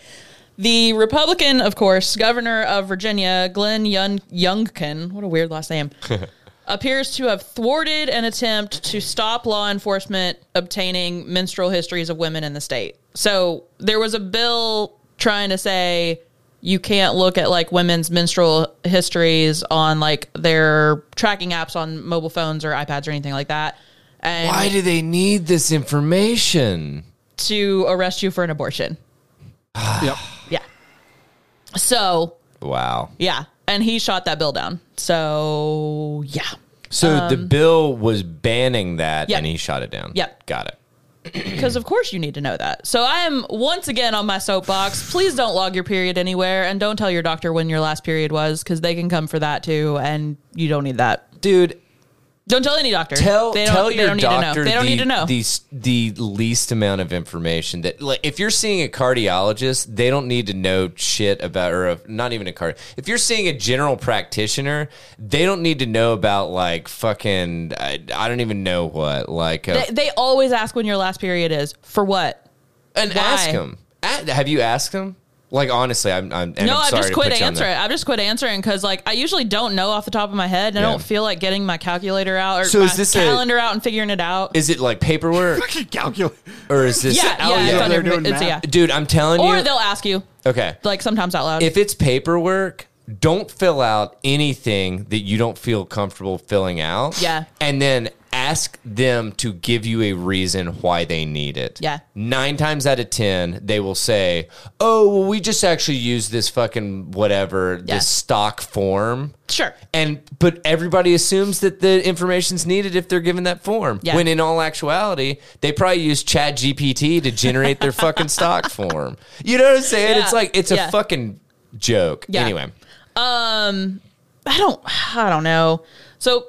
Speaker 4: the Republican, of course, governor of Virginia, Glenn Young- Youngkin, what a weird last name, appears to have thwarted an attempt to stop law enforcement obtaining menstrual histories of women in the state. So there was a bill trying to say you can't look at like women's menstrual histories on like their tracking apps on mobile phones or iPads or anything like that. And
Speaker 3: Why do they need this information?
Speaker 4: to arrest you for an abortion.
Speaker 2: Yep.
Speaker 4: Yeah. So,
Speaker 3: Wow.
Speaker 4: yeah. And he shot that bill down. So, yeah.
Speaker 3: So the bill was banning that,
Speaker 4: Um, Yep.
Speaker 3: and he shot it down.
Speaker 4: Yep.
Speaker 3: Got it.
Speaker 4: Because, of course, you need to know that. So, I am once again on my soapbox. Please don't log your period anywhere and don't tell your doctor when your last period was because they can come for that too. And you don't need that.
Speaker 3: Dude,
Speaker 4: Don't tell any doctor.
Speaker 3: tell
Speaker 4: they don't,
Speaker 3: tell
Speaker 4: they
Speaker 3: your
Speaker 4: don't need
Speaker 3: doctor
Speaker 4: to know. They don't
Speaker 3: the,
Speaker 4: need to know.
Speaker 3: the s- the least amount of information that like if you're seeing a cardiologist, they don't need to know shit about or a, not even a card. If you're seeing a general practitioner, they don't need to know about like fucking I, I don't even know what like uh
Speaker 4: they, they always ask when your last period is. For what?
Speaker 3: and
Speaker 4: why?
Speaker 3: ask him. A- have you asked him? Like honestly, I'm I'm and
Speaker 4: no,
Speaker 3: I'm
Speaker 4: I've
Speaker 3: sorry
Speaker 4: just
Speaker 3: to
Speaker 4: quit
Speaker 3: put you on the-
Speaker 4: answering. I've just quit answering because, like, I usually don't know off the top of my head, and
Speaker 3: Yeah.
Speaker 4: I don't feel like getting my calculator out or
Speaker 3: So
Speaker 4: my
Speaker 3: is this a-
Speaker 4: calendar out and figuring it out.
Speaker 3: Is it like paperwork
Speaker 2: Fucking calculate.
Speaker 3: or is this
Speaker 4: yeah, yeah, it's
Speaker 2: yeah.
Speaker 4: on
Speaker 2: They're
Speaker 4: every-
Speaker 2: doing
Speaker 4: it's a yeah.
Speaker 2: math.
Speaker 3: Dude, I'm telling
Speaker 4: Or
Speaker 3: you.
Speaker 4: they'll ask you,
Speaker 3: Okay.
Speaker 4: like, sometimes out loud.
Speaker 3: if it's paperwork, don't fill out anything that you don't feel comfortable filling out.
Speaker 4: Yeah.
Speaker 3: And then ask them to give you a reason why they need it.
Speaker 4: Yeah.
Speaker 3: Nine times out of 10, they will say, oh, well, we just actually use this fucking whatever,
Speaker 4: Yeah.
Speaker 3: this stock form.
Speaker 4: sure,
Speaker 3: And but everybody assumes that the information's needed if they're given that form.
Speaker 4: Yeah.
Speaker 3: When in all actuality, they probably use Chat GPT to generate their fucking stock form. You know what I'm saying?
Speaker 4: Yeah.
Speaker 3: It's like it's
Speaker 4: Yeah.
Speaker 3: a fucking joke.
Speaker 4: Yeah.
Speaker 3: Anyway.
Speaker 4: I don't, I don't know. So,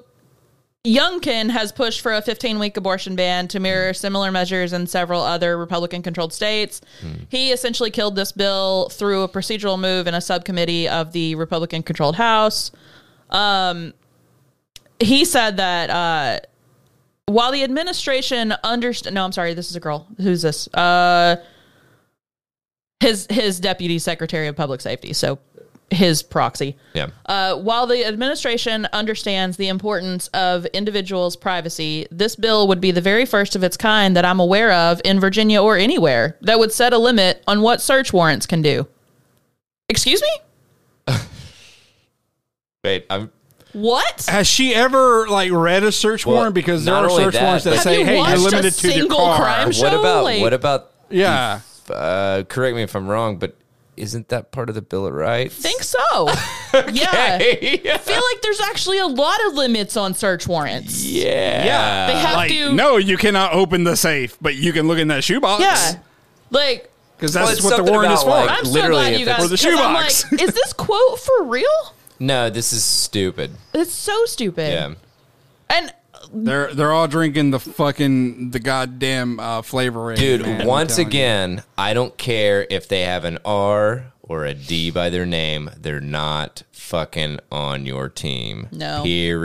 Speaker 4: Youngkin has pushed for a 15 week abortion ban to mirror similar measures in several other Republican controlled states. He essentially killed this bill through a procedural move in a subcommittee of the Republican controlled House. Um, he said that uh, while the administration understood, no, I'm sorry, this is a girl. Who's this? Uh, his his deputy secretary of public safety, so his proxy.
Speaker 3: Yeah.
Speaker 4: Uh, while the administration understands the importance of individuals' privacy, this bill would be the very first of its kind that I'm aware of in Virginia or anywhere that would set a limit on what search warrants can do. Excuse me?
Speaker 3: Wait, I'm
Speaker 4: What?
Speaker 2: Has she ever like read a search
Speaker 3: Well,
Speaker 2: warrant? Because there
Speaker 3: not
Speaker 2: are
Speaker 3: only
Speaker 2: search
Speaker 3: that,
Speaker 2: warrants that
Speaker 3: but-
Speaker 2: say,
Speaker 4: Have you
Speaker 2: "Hey, you're
Speaker 4: watched a
Speaker 2: limited to your
Speaker 4: single
Speaker 2: car."
Speaker 4: crime show?
Speaker 3: what about
Speaker 4: like-
Speaker 3: what about
Speaker 2: Yeah,
Speaker 3: uh correct me if I'm wrong, but isn't that part of the Bill of Rights?
Speaker 4: think so. Yeah. I feel like there's actually a lot of limits on search warrants.
Speaker 3: yeah.
Speaker 2: yeah.
Speaker 4: They have
Speaker 2: like,
Speaker 4: to
Speaker 2: no, you cannot open the safe, but you can look in that shoebox.
Speaker 4: Yeah. Like oh,
Speaker 2: because
Speaker 3: Well,
Speaker 2: that's
Speaker 3: it's
Speaker 2: what the
Speaker 3: something
Speaker 2: warrant is
Speaker 3: about,
Speaker 2: for.
Speaker 3: like-
Speaker 4: I'm
Speaker 3: Literally,
Speaker 4: so
Speaker 3: if
Speaker 4: glad you
Speaker 3: it's-
Speaker 4: guys
Speaker 2: Or the
Speaker 4: 'cause I'm
Speaker 2: shoebox.
Speaker 4: like, is this quote for real?
Speaker 3: No, this is stupid.
Speaker 4: It's so stupid.
Speaker 3: Yeah.
Speaker 4: And
Speaker 2: they're they're all drinking the fucking the goddamn uh, flavoring.
Speaker 3: Dude,
Speaker 2: man, I'm
Speaker 3: once
Speaker 2: telling you.
Speaker 3: again, I don't care if they have an R or a D by their name. They're not fucking on your team.
Speaker 4: No.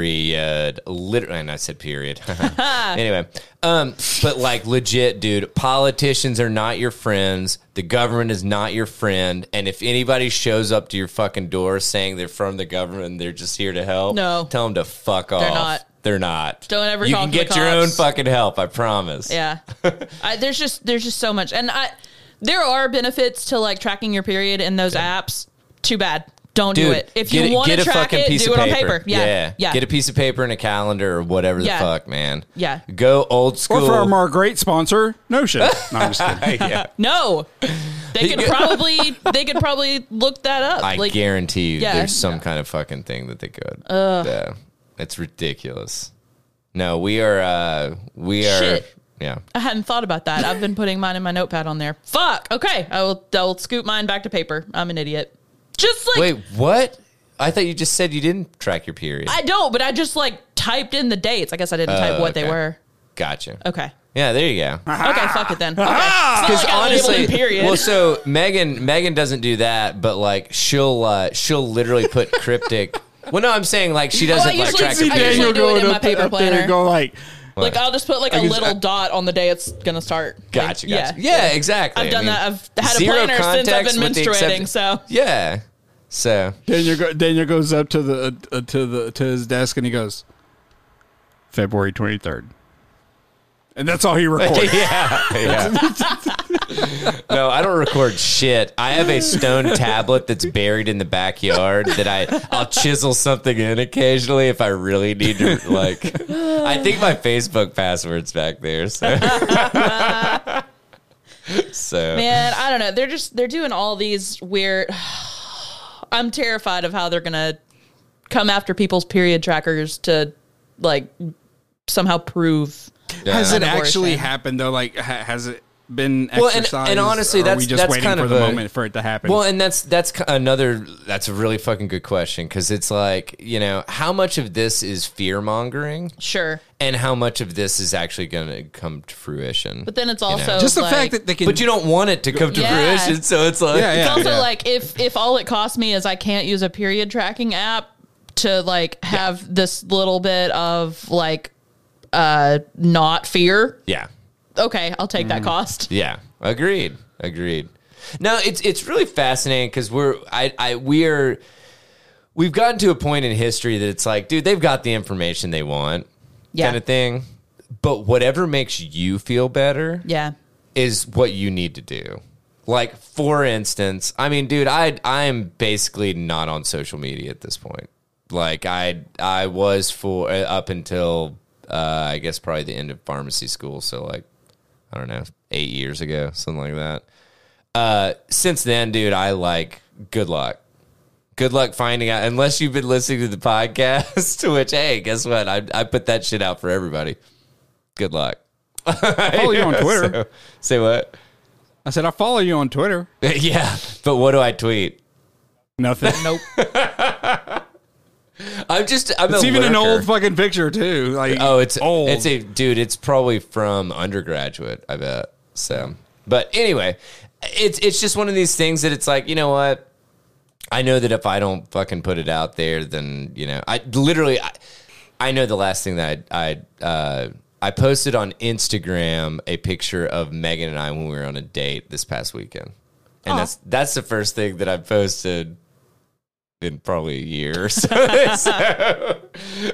Speaker 3: Period. Literally, and I said period. anyway, um, but like legit, dude, politicians are not your friends. The government is not your friend. And if anybody shows up to your fucking door saying they're from the government, and they're just here to help.
Speaker 4: No.
Speaker 3: tell them to fuck off.
Speaker 4: not.
Speaker 3: They're not.
Speaker 4: Don't ever
Speaker 3: You
Speaker 4: call
Speaker 3: can
Speaker 4: for the
Speaker 3: get your own
Speaker 4: cops.
Speaker 3: fucking help. I promise.
Speaker 4: yeah, I, there's just there's just so much, and I there are benefits to like tracking your period in those apps. Too bad, don't do
Speaker 3: Dude,
Speaker 4: it. If
Speaker 3: get
Speaker 4: you want
Speaker 3: get
Speaker 4: to
Speaker 3: a
Speaker 4: track
Speaker 3: fucking
Speaker 4: it,
Speaker 3: piece
Speaker 4: do
Speaker 3: of
Speaker 4: it on paper. Yeah, yeah,
Speaker 3: Get a piece of paper and a calendar or whatever
Speaker 4: Yeah.
Speaker 3: the fuck, man.
Speaker 4: Yeah.
Speaker 3: Go old school.
Speaker 2: or for our great sponsor, Notion. No, I'm just kidding.
Speaker 3: yeah.
Speaker 4: no, they could
Speaker 3: You-
Speaker 4: probably they could probably look that up.
Speaker 3: I
Speaker 4: like,
Speaker 3: guarantee you
Speaker 4: Yeah.
Speaker 3: there's some kind of fucking thing that they could. Yeah. It's ridiculous. No, we are uh we are
Speaker 4: Shit.
Speaker 3: yeah.
Speaker 4: I hadn't thought about that. I've been putting mine in my notepad on there. Fuck. Okay, I will. I will scoop mine back to paper. I'm an idiot. Just like
Speaker 3: Wait, what? I thought you just said you didn't track your period.
Speaker 4: I don't, but I just like typed in the dates. I guess I didn't type what
Speaker 3: Uh, okay.
Speaker 4: they were.
Speaker 3: gotcha.
Speaker 4: Okay.
Speaker 3: Yeah, there you go.
Speaker 4: Okay, fuck it then. Okay. Because
Speaker 3: honestly,
Speaker 4: period.
Speaker 3: well, so Megan Megan doesn't do that, but like she'll uh, she'll literally put cryptic. well, no, I'm saying like she doesn't like
Speaker 4: usually
Speaker 3: track
Speaker 4: see
Speaker 3: her
Speaker 4: I
Speaker 3: period.
Speaker 4: usually do it in my paper
Speaker 2: there
Speaker 4: planner.
Speaker 2: and go like,
Speaker 4: like I'll just put like a
Speaker 2: guess-
Speaker 4: little dot on the day it's gonna start. Like,
Speaker 3: Gotcha, gotcha.
Speaker 4: Yeah.
Speaker 3: Yeah, exactly.
Speaker 4: I've done that. I've had a
Speaker 3: zero
Speaker 4: planner since I've
Speaker 3: context
Speaker 4: been
Speaker 3: with the
Speaker 4: menstruating.
Speaker 3: exception-
Speaker 4: So
Speaker 3: Yeah. So
Speaker 2: Daniel, go, Daniel goes up to the uh, to the to his desk and he goes, February twenty third, and that's all he records.
Speaker 3: yeah, yeah. no, I don't record shit. I have a stone tablet that's buried in the backyard that I I'll chisel something in occasionally if I really need to. Like, I think my Facebook password's back there. So. So
Speaker 4: man, I don't know. They're just they're doing all these weird. I'm terrified of how they're gonna come after people's period trackers to like somehow prove.
Speaker 3: yeah.
Speaker 2: Has it
Speaker 4: An abortion.
Speaker 2: actually happened though? Like, ha- has it been
Speaker 3: Well, and-
Speaker 2: exercised?
Speaker 3: and honestly,
Speaker 2: or are we
Speaker 3: that's-
Speaker 2: just
Speaker 3: that's
Speaker 2: waiting
Speaker 3: kind
Speaker 2: for
Speaker 3: of
Speaker 2: the
Speaker 3: a-
Speaker 2: moment for it to happen.
Speaker 3: Well, and that's that's k- another that's a really fucking good question because it's like you know how much of this is fear mongering
Speaker 4: Sure,
Speaker 3: and how much of this is actually going to come to fruition.
Speaker 4: but then it's also
Speaker 2: just the
Speaker 4: like-
Speaker 2: fact that they can.
Speaker 3: but you don't want it to come to
Speaker 4: Yeah.
Speaker 3: fruition, so it's like
Speaker 2: Yeah,
Speaker 4: It's
Speaker 2: yeah.
Speaker 4: also like if if all it costs me is I can't use a period tracking app to like have this little bit of like uh not fear.
Speaker 3: yeah,
Speaker 4: Okay, I'll take
Speaker 3: Mm.
Speaker 4: that cost.
Speaker 3: yeah. Agreed, agreed. No, it's it's really fascinating because we're I I we're we've gotten to a point in history that it's like, dude, they've got the information they want,
Speaker 4: Yeah.
Speaker 3: kind of thing. But whatever makes you feel better,
Speaker 4: Yeah.
Speaker 3: is what you need to do. Like for instance, I mean, dude, I I'm basically not on social media at this point. Like I I was for uh, up until uh, I guess probably the end of pharmacy school, so like I don't know, eight years ago, something like that. Uh, since then, dude, I like good luck. Good luck finding out, unless you've been listening to the podcast, which, hey, guess what? I, I put that shit out for everybody. Good luck.
Speaker 2: follow you Oh, on Twitter.
Speaker 3: So- say what?
Speaker 2: I said I follow you on Twitter.
Speaker 3: yeah, but what do I tweet?
Speaker 2: Nothing.
Speaker 4: Nope.
Speaker 3: I'm just. I'm
Speaker 2: It's
Speaker 3: a
Speaker 2: even an
Speaker 3: lurker.
Speaker 2: old fucking picture too. Like
Speaker 3: Oh, it's
Speaker 2: old.
Speaker 3: It's a dude. It's probably from undergraduate. I bet. So, but anyway, it's it's just one of these things that it's like you know what. I know that if I don't fucking put it out there, then you know I literally. I, I know the last thing that I I, uh, I posted on Instagram a picture of Megan and I when we were on a date this past weekend, and that's that's the first thing that I've posted in probably a year or so. So,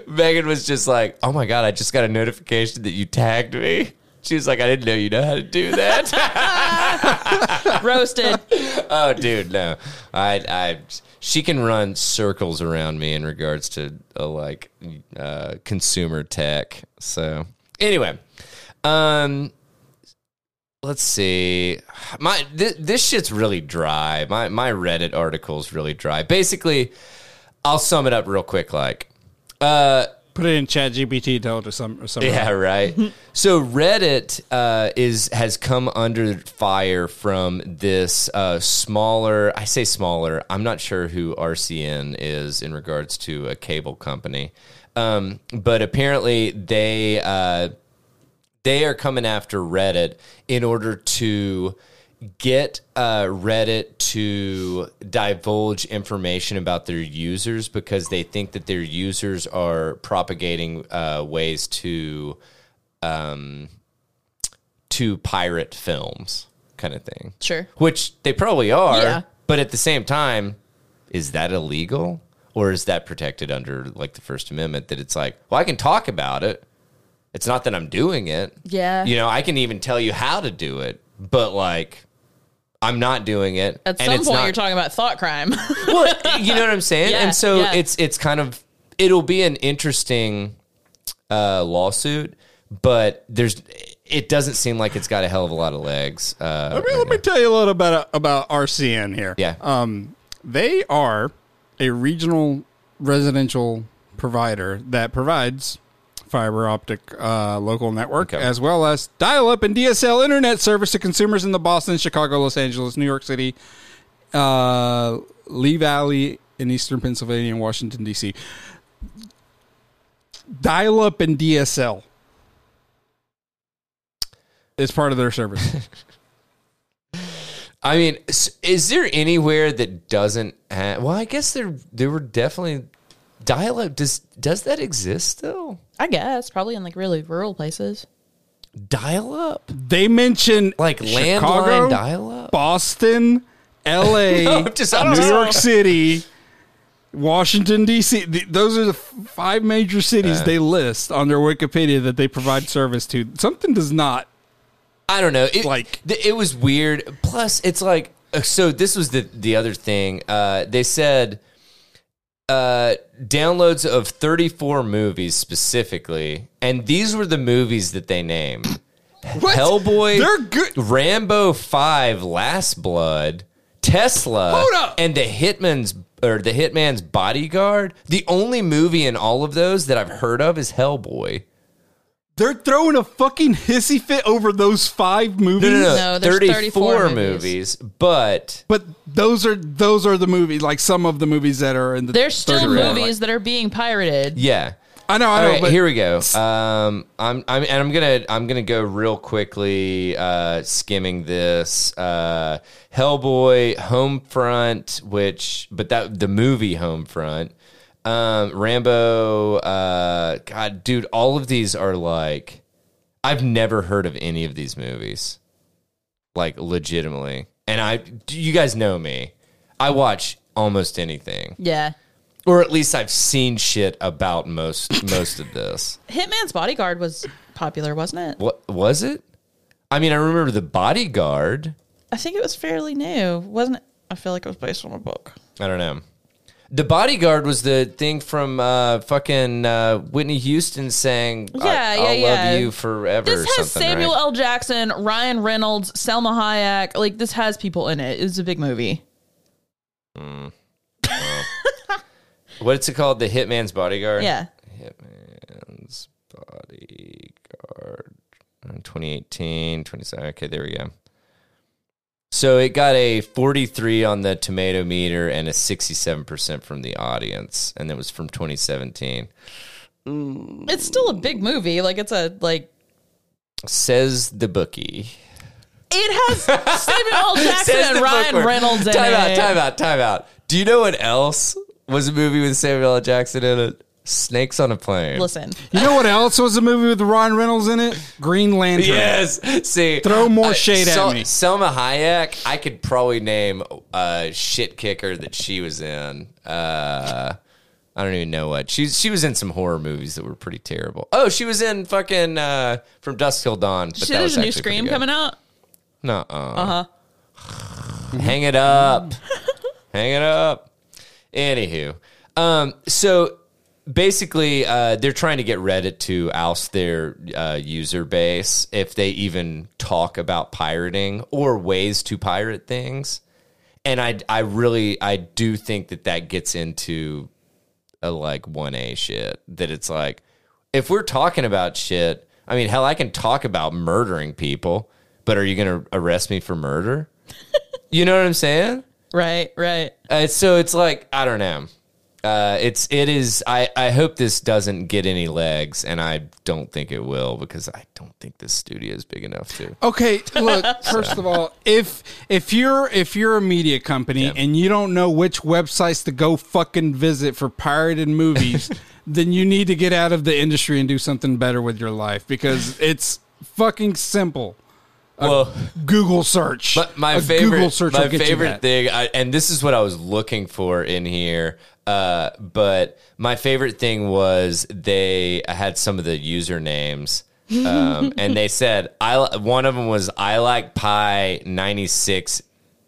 Speaker 3: Megan was just like, "Oh my god, I just got a notification that you tagged me." She was like, "I didn't know you know how to do that."
Speaker 4: Roasted.
Speaker 3: oh, dude, no, I, I, she can run circles around me in regards to uh, like uh, consumer tech. So anyway, um, let's see. My th- this shit's really dry. My my Reddit article's really dry. Basically, I'll sum it up real quick. Like, uh.
Speaker 2: Put it in Chat GPT, tell it to some or something.
Speaker 3: Yeah, right. so Reddit uh, is has come under fire from this uh, smaller. I say smaller. I'm not sure who RCN is in regards to a cable company, um, but apparently they. Uh, they are coming after Reddit in order to get uh, Reddit to divulge information about their users because they think that their users are propagating uh, ways to um, to pirate films, kind of thing.
Speaker 4: Sure.
Speaker 3: Which they probably are,
Speaker 4: Yeah.
Speaker 3: but at the same time, is that illegal? Or is that protected under like the First Amendment? That it's like, well, I can talk about it. It's not that I'm doing it.
Speaker 4: Yeah.
Speaker 3: You know, I can even tell you how to do it, but like, I'm not doing it.
Speaker 4: At
Speaker 3: and
Speaker 4: some
Speaker 3: it's
Speaker 4: point,
Speaker 3: not-
Speaker 4: you're talking about thought crime.
Speaker 3: well, you know what I'm saying?
Speaker 4: Yeah,
Speaker 3: and so
Speaker 4: yeah.
Speaker 3: it's it's kind of it'll be an interesting uh, lawsuit, but there's it doesn't seem like it's got a hell of a lot of legs. Uh,
Speaker 2: Let me, let me tell you a little about about RCN here.
Speaker 3: yeah.
Speaker 2: Um, they are a regional residential provider that provides fiber optic uh, local network
Speaker 3: Okay.
Speaker 2: as well as dial up and DSL internet service to consumers in the Boston, Chicago, Los Angeles, New York City, uh, Lee Valley, in eastern Pennsylvania and Washington, D.C. Dial up and DSL is part of their service.
Speaker 3: I mean, s- is there anywhere that doesn't have? Well, I guess there there were definitely dial up. Does does that exist still?
Speaker 4: I guess probably in like really rural places.
Speaker 3: Dial up
Speaker 2: they mention
Speaker 3: like
Speaker 2: Chicago,
Speaker 3: landline dial up.
Speaker 2: Boston, L.A.,
Speaker 3: No, I'm just- I don't
Speaker 2: New
Speaker 3: know.
Speaker 2: York City, Washington D.C. Th- Those are the f- five major cities
Speaker 3: Uh.
Speaker 2: they list on their Wikipedia that they provide service to. Something does not.
Speaker 3: I don't know. It,
Speaker 2: Like-
Speaker 3: like th- it was weird. Plus, it's like uh, so. This was the the other thing. Uh, they said uh, downloads of thirty four movies specifically, and these were the movies that they named:
Speaker 2: What?
Speaker 3: Hellboy,
Speaker 2: They're good.
Speaker 3: Rambo Five, Last Blood, Tesla,
Speaker 2: Hold up.
Speaker 3: and the Hitman's or the Hitman's Bodyguard. The only movie in all of those that I've heard of is Hellboy.
Speaker 2: They're throwing a fucking hissy fit over those five movies.
Speaker 3: No, no,
Speaker 4: No,
Speaker 3: no.
Speaker 4: there's
Speaker 3: 34,
Speaker 4: 34
Speaker 3: movies, but
Speaker 2: But those are those are the movies. Like some of the movies that are in the.
Speaker 4: There's still
Speaker 2: 30 round.
Speaker 4: movies that are being pirated.
Speaker 3: Yeah.
Speaker 2: I know. I
Speaker 3: All
Speaker 2: know.
Speaker 3: right,
Speaker 2: but
Speaker 3: here we go. Um, I'm, I'm, and I'm gonna, I'm gonna go real quickly, uh, skimming this. Uh, Hellboy, Homefront, which, but that the movie Homefront, um, Rambo. Uh, God, dude, all of these are like, I've never heard of any of these movies, like legitimately. And I, you guys know me, I watch almost anything
Speaker 4: Yeah.
Speaker 3: or at least I've seen shit about most most of this.
Speaker 4: Hitman's Bodyguard was popular, wasn't it?
Speaker 3: What was it? I mean, I remember the bodyguard.
Speaker 4: I think it was fairly new, wasn't it? I feel like it was based on a book.
Speaker 3: I don't know. The bodyguard was the thing from uh, fucking uh, Whitney Houston saying, I,
Speaker 4: Yeah, yeah,
Speaker 3: "I'll
Speaker 4: yeah.
Speaker 3: love you forever."
Speaker 4: This
Speaker 3: or
Speaker 4: has
Speaker 3: something,
Speaker 4: Samuel
Speaker 3: right?
Speaker 4: L. Jackson, Ryan Reynolds, Selma Hayek. Like this has people in it. It's a big movie.
Speaker 3: What's it called? The Hitman's Bodyguard.
Speaker 4: Yeah.
Speaker 3: Hitman's Bodyguard. Uh, 2018, 27. Okay, there we go. So it got a 43 on the tomato meter and a 67% from the audience, and it was from 2017.
Speaker 4: It's still a big movie. Like it's a like
Speaker 3: Says the bookie.
Speaker 4: it has Samuel L. Jackson
Speaker 3: Says
Speaker 4: and
Speaker 3: the
Speaker 4: Ryan
Speaker 3: bookword.
Speaker 4: Reynolds in
Speaker 3: time
Speaker 4: it.
Speaker 3: out, time out, time out. Do you know what else was a movie with Samuel L. Jackson in it? Snakes on a Plane.
Speaker 4: Listen,
Speaker 2: You know what else was a movie with Ryan Reynolds in it? Green Lantern.
Speaker 3: Yes. See,
Speaker 2: Throw more
Speaker 3: I-
Speaker 2: shade at
Speaker 3: Sel-
Speaker 2: me.
Speaker 3: Selma Hayek. I could probably name a shit kicker that she was in. Uh, I don't even know what she she was in some horror movies that were pretty terrible. Oh, she was in fucking uh, from Dusk Till Dawn. But
Speaker 4: shit,
Speaker 3: that was
Speaker 4: there's a new Scream coming out.
Speaker 3: No. Uh huh. Hang it up. Hang it up. Anywho, um, so basically, uh, they're trying to get Reddit to oust their uh, user base if they even talk about pirating or ways to pirate things. And I, I really, I do think that that gets into a like one A shit. That it's like, if we're talking about shit, I mean, hell, I can talk about murdering people, but are you going to arrest me for murder? you know what I'm saying?
Speaker 4: Right, right.
Speaker 3: Uh, so it's like I don't know. Uh, it's it is. I I hope this doesn't get any legs, and I don't think it will because I don't think this studio is big enough to.
Speaker 2: Okay, look, first of all, if if you're if you're a media company and you don't know which websites to go fucking visit for pirated movies, then you need to get out of the industry and do something better with your life because it's fucking simple.
Speaker 3: Well,
Speaker 2: Google search.
Speaker 3: But my
Speaker 2: A
Speaker 3: favorite,
Speaker 2: Google search
Speaker 3: my
Speaker 2: will get you
Speaker 3: favorite
Speaker 2: that.
Speaker 3: thing, I, and this is what I was looking for in here. Uh, but my favorite thing was they had some of the usernames, um, and they said I. li- One of them was I like pie ninety six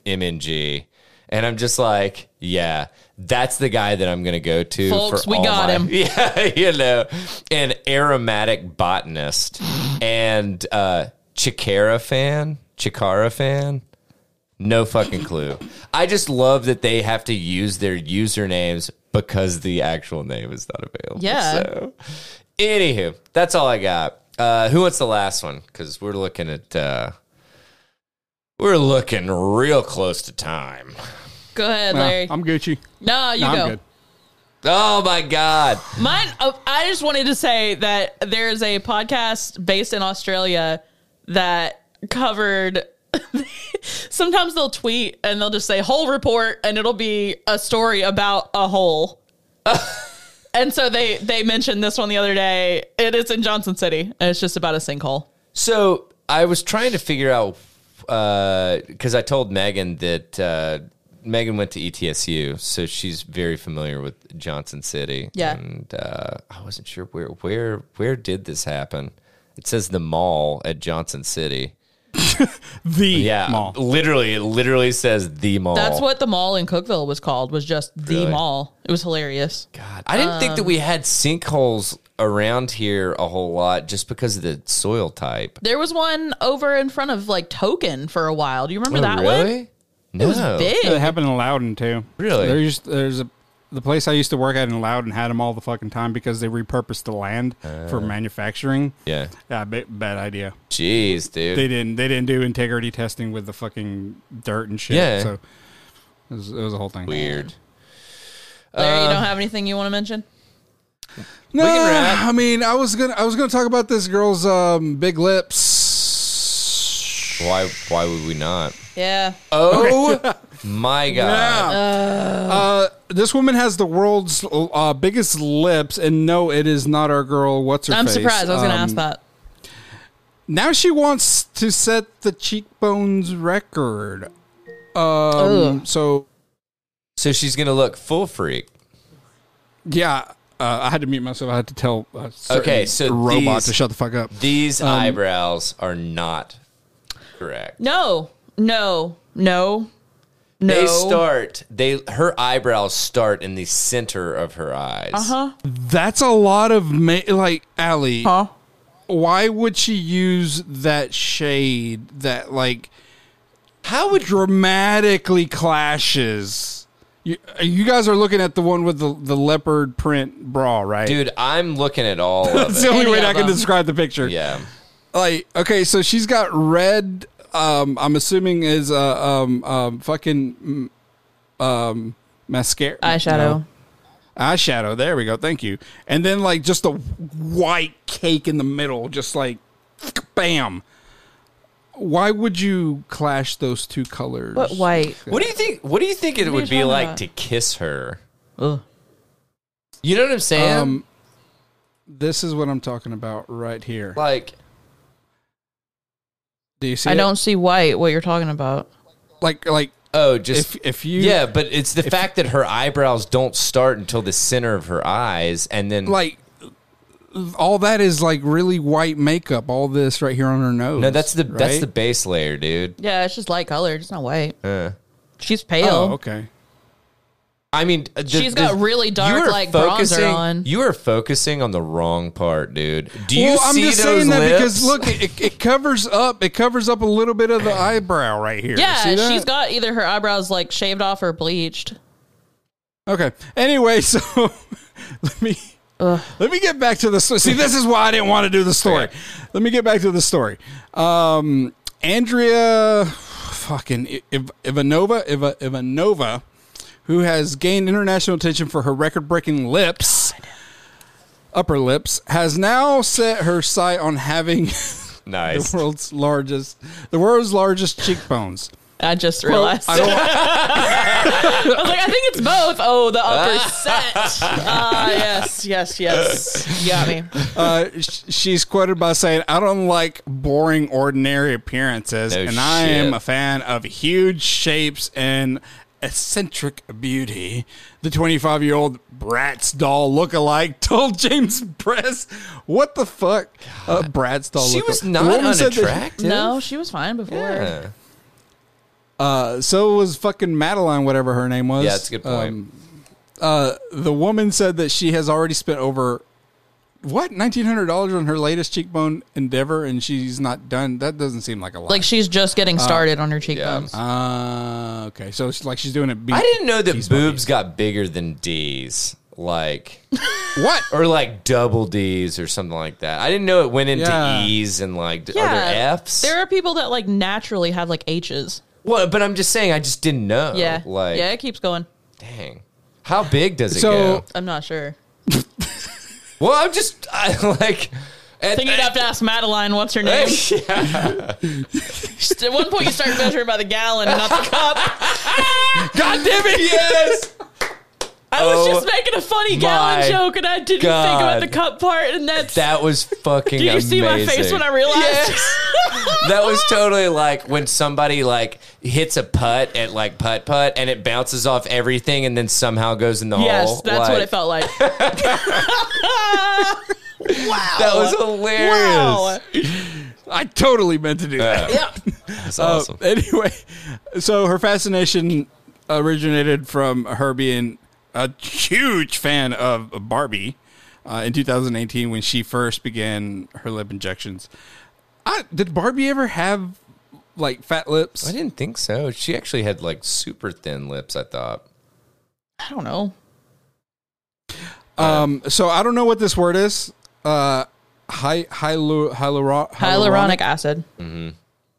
Speaker 3: mng, and I'm just like, yeah, that's the guy that I'm gonna go to.
Speaker 4: Folks,
Speaker 3: for
Speaker 4: we
Speaker 3: all
Speaker 4: got
Speaker 3: my-
Speaker 4: him.
Speaker 3: Yeah, you know, an aromatic botanist and uh, Chikara fan, Chikara fan. No fucking clue. I just love that they have to use their usernames because the actual name is not available.
Speaker 4: Yeah.
Speaker 3: So, anywho, that's all I got. Uh, who wants the last one? Because we're looking at uh, we're looking real close to time.
Speaker 4: Go ahead,
Speaker 2: No,
Speaker 4: Larry.
Speaker 2: I'm Gucci.
Speaker 4: no, you
Speaker 2: No,
Speaker 4: go.
Speaker 2: I'm good.
Speaker 3: Oh my god!
Speaker 4: Mine. Uh, I just wanted to say that there is a podcast based in Australia that covered. sometimes they'll tweet and they'll just say "hole report" and it'll be a story about a hole. and so they they mentioned this one the other day. It is in Johnson City, and it's just about a sinkhole.
Speaker 3: So I was trying to figure out because I told Megan that uh, Megan went to E ETSU, so she's very familiar with Johnson City.
Speaker 4: Yeah.
Speaker 3: and uh, I wasn't sure where where where did this happen. It says the mall at Johnson City.
Speaker 2: The
Speaker 3: Yeah,
Speaker 2: mall.
Speaker 3: literally, it literally says the mall.
Speaker 4: That's what the mall in Cookville was called. Was just the
Speaker 3: Oh. Really?
Speaker 4: mall. It was hilarious.
Speaker 3: God, I didn't think that
Speaker 4: um,
Speaker 3: we had sinkholes around here a whole lot, just because of the soil type.
Speaker 4: There was one over in front of like Token for a while. Do you
Speaker 3: Oh,
Speaker 4: remember that one?
Speaker 3: No.
Speaker 4: It was big.
Speaker 2: Yeah, It happened in Loudon too.
Speaker 3: Really?
Speaker 2: There's there's a the place I used to work at in Loudon had them all the fucking time because they repurposed the land
Speaker 3: Uh.
Speaker 2: for manufacturing.
Speaker 3: Yeah.
Speaker 2: Yeah, ba- bad idea.
Speaker 3: Jeez, dude.
Speaker 2: They didn't they didn't do integrity testing with the fucking dirt and shit.
Speaker 3: Yeah.
Speaker 2: So it was, it was a whole thing.
Speaker 3: Weird.
Speaker 4: Larry, you don't have anything you want to mention?
Speaker 2: No,
Speaker 3: can wrap.
Speaker 2: I mean, I was gonna I was gonna talk about this girl's um, big lips.
Speaker 3: Why? Why would we not?
Speaker 4: Yeah.
Speaker 3: Oh my god!
Speaker 2: Uh, this woman has the world's uh, biggest lips, and no, it is not our girl. What's her?
Speaker 4: I'm
Speaker 2: face.
Speaker 4: surprised. I was going to
Speaker 2: Um,
Speaker 4: ask that.
Speaker 2: Now she wants to set the cheekbones record. Um,
Speaker 4: Ugh.
Speaker 2: so
Speaker 3: So she's gonna look full freak.
Speaker 2: yeah, uh, I had to mute myself. I had to tell a certain
Speaker 3: Okay, so
Speaker 2: robot
Speaker 3: these-
Speaker 2: to shut the fuck up.
Speaker 3: These eyebrows are not correct.
Speaker 4: No, no, no, no.
Speaker 3: They start. They her eyebrows start in the center of her eyes.
Speaker 4: Uh
Speaker 2: Uh-huh.
Speaker 4: huh.
Speaker 2: That's a lot of ma- like Allie.
Speaker 4: Huh.
Speaker 2: Why would she use that shade that like
Speaker 3: How would
Speaker 2: dramatically clashes? You, you guys are looking at the one with the, the leopard print bra, right?
Speaker 3: dude? I'm looking at all of
Speaker 2: That's the
Speaker 3: it.
Speaker 2: only way
Speaker 4: Any
Speaker 2: I
Speaker 4: of
Speaker 2: can
Speaker 4: them.
Speaker 2: describe the picture.
Speaker 3: Yeah.
Speaker 2: like okay so she's got red um i'm assuming is uh um um fucking mm, um mascara
Speaker 4: Eyeshadow.
Speaker 2: no, eyeshadow there we go thank you and then like just a white cake in the middle just like bam why would you clash those two colors
Speaker 4: What white?
Speaker 3: What do you think? What do you think it
Speaker 4: are you
Speaker 3: would be
Speaker 4: talking
Speaker 3: like
Speaker 4: about?
Speaker 3: to kiss her?
Speaker 4: Ugh.
Speaker 3: You know what I'm saying?
Speaker 2: Um, this is what I'm talking about right here.
Speaker 3: like,
Speaker 2: Do you see?
Speaker 4: I
Speaker 2: it?
Speaker 4: don't see white what you're talking about.
Speaker 2: like like
Speaker 3: oh, just
Speaker 2: if if you
Speaker 3: yeah, but it's the fact that her eyebrows don't start until the center of her eyes, and then
Speaker 2: like all that is like really white makeup. All this right here on her nose.
Speaker 3: no, that's the that's
Speaker 2: right?
Speaker 3: the base layer, dude.
Speaker 4: Yeah, it's just light colored. It's not white.
Speaker 3: Uh.
Speaker 4: She's pale.
Speaker 2: Oh, okay.
Speaker 3: I mean, uh, the,
Speaker 4: She's got really dark,
Speaker 3: are
Speaker 4: like, bronzer on.
Speaker 3: You are focusing on the wrong part, dude. Do you
Speaker 2: well,
Speaker 3: see
Speaker 2: I'm just
Speaker 3: those
Speaker 2: saying that
Speaker 3: lips?
Speaker 2: because look, it, it- it covers up. It covers up a little bit of the eyebrow right here. See
Speaker 4: Yeah,
Speaker 2: that?
Speaker 4: she's got either her eyebrows like shaved off or bleached.
Speaker 2: Okay. Anyway, so let me let me get back to the story. See, this is why I didn't want to do the story.
Speaker 3: Okay.
Speaker 2: Let me get back to the story. Um, Andrea, fucking I- Iv- Ivanova, Iva, Ivanova, who has gained international attention for her record-breaking lips, upper lips, has now set her sight on having the
Speaker 3: nice.
Speaker 2: world's largest, the world's largest cheekbones.
Speaker 4: I just realized.
Speaker 2: I don't.
Speaker 4: I was like, I think it's both. Oh, the upper set. Ah, yes, yes, yes. You got me.
Speaker 2: Uh, sh- she's quoted by saying, "I don't like boring, ordinary appearances,
Speaker 3: No
Speaker 2: and I am
Speaker 3: shit.
Speaker 2: a fan of huge shapes and eccentric beauty." The 25-year-old Bratz doll lookalike told James Press, "What the fuck, a Bratz doll?"
Speaker 3: She
Speaker 2: lookalike."
Speaker 3: was
Speaker 2: The
Speaker 3: not
Speaker 2: woman said that-
Speaker 3: unattractive.
Speaker 4: No, she was fine before.
Speaker 3: Yeah.
Speaker 2: uh, so was fucking Madeline, whatever her name was.
Speaker 3: Yeah, that's a good point.
Speaker 2: Um, uh, the woman said that she has already spent over what nineteen hundred dollars on her latest cheekbone endeavor, and she's not done. That doesn't seem like a lot.
Speaker 4: Like she's just
Speaker 2: Ah.
Speaker 4: getting started on her cheekbones.
Speaker 2: uh, okay, so it's like she's doing it. Be-
Speaker 3: I didn't know that
Speaker 2: She's
Speaker 3: boobs got bigger than D's, like
Speaker 2: what?
Speaker 3: or like double D's or something like that. I didn't know it went into
Speaker 2: Yeah.
Speaker 3: E's and like are there F's?
Speaker 4: There are people that like naturally have like H's.
Speaker 3: well, but I'm just saying I just didn't know.
Speaker 4: Yeah.
Speaker 3: Oh, like
Speaker 4: yeah, it keeps going.
Speaker 3: dang, how big does it
Speaker 2: So-
Speaker 3: go?
Speaker 4: I'm not sure.
Speaker 3: Well, I'm just I, like.
Speaker 4: I think you'd have to ask Madeline what's her name. At one point, you start measuring by the gallon, not the cup.
Speaker 3: God damn it! Yes.
Speaker 4: I was
Speaker 3: Oh
Speaker 4: just making a funny
Speaker 3: my
Speaker 4: gallon joke, and I didn't think about
Speaker 3: God.
Speaker 4: the cup part. And that's
Speaker 3: That was fucking.
Speaker 4: did you see my
Speaker 3: amazing.
Speaker 4: face when I realized?
Speaker 3: that was totally like when somebody like hits a putt at like putt putt and it bounces off everything and then somehow goes in the hole.
Speaker 4: Yes, that's what it
Speaker 3: Like,
Speaker 4: felt like. wow.
Speaker 3: That was hilarious.
Speaker 4: Wow.
Speaker 2: I totally meant to do that.
Speaker 4: Yeah.
Speaker 3: That's
Speaker 2: Uh,
Speaker 3: awesome.
Speaker 2: anyway, so her fascination originated from her being a huge fan of Barbie uh, in 2018 when she first began her lip injections. I, did Barbie ever have like fat
Speaker 3: I
Speaker 2: lips?
Speaker 3: didn't think so. She actually had like super thin lips. I thought.
Speaker 4: I don't know.
Speaker 2: Um, so I don't know what this word is. Uh, hy- hyalur- hyaluro-
Speaker 4: Hyaluronic acid.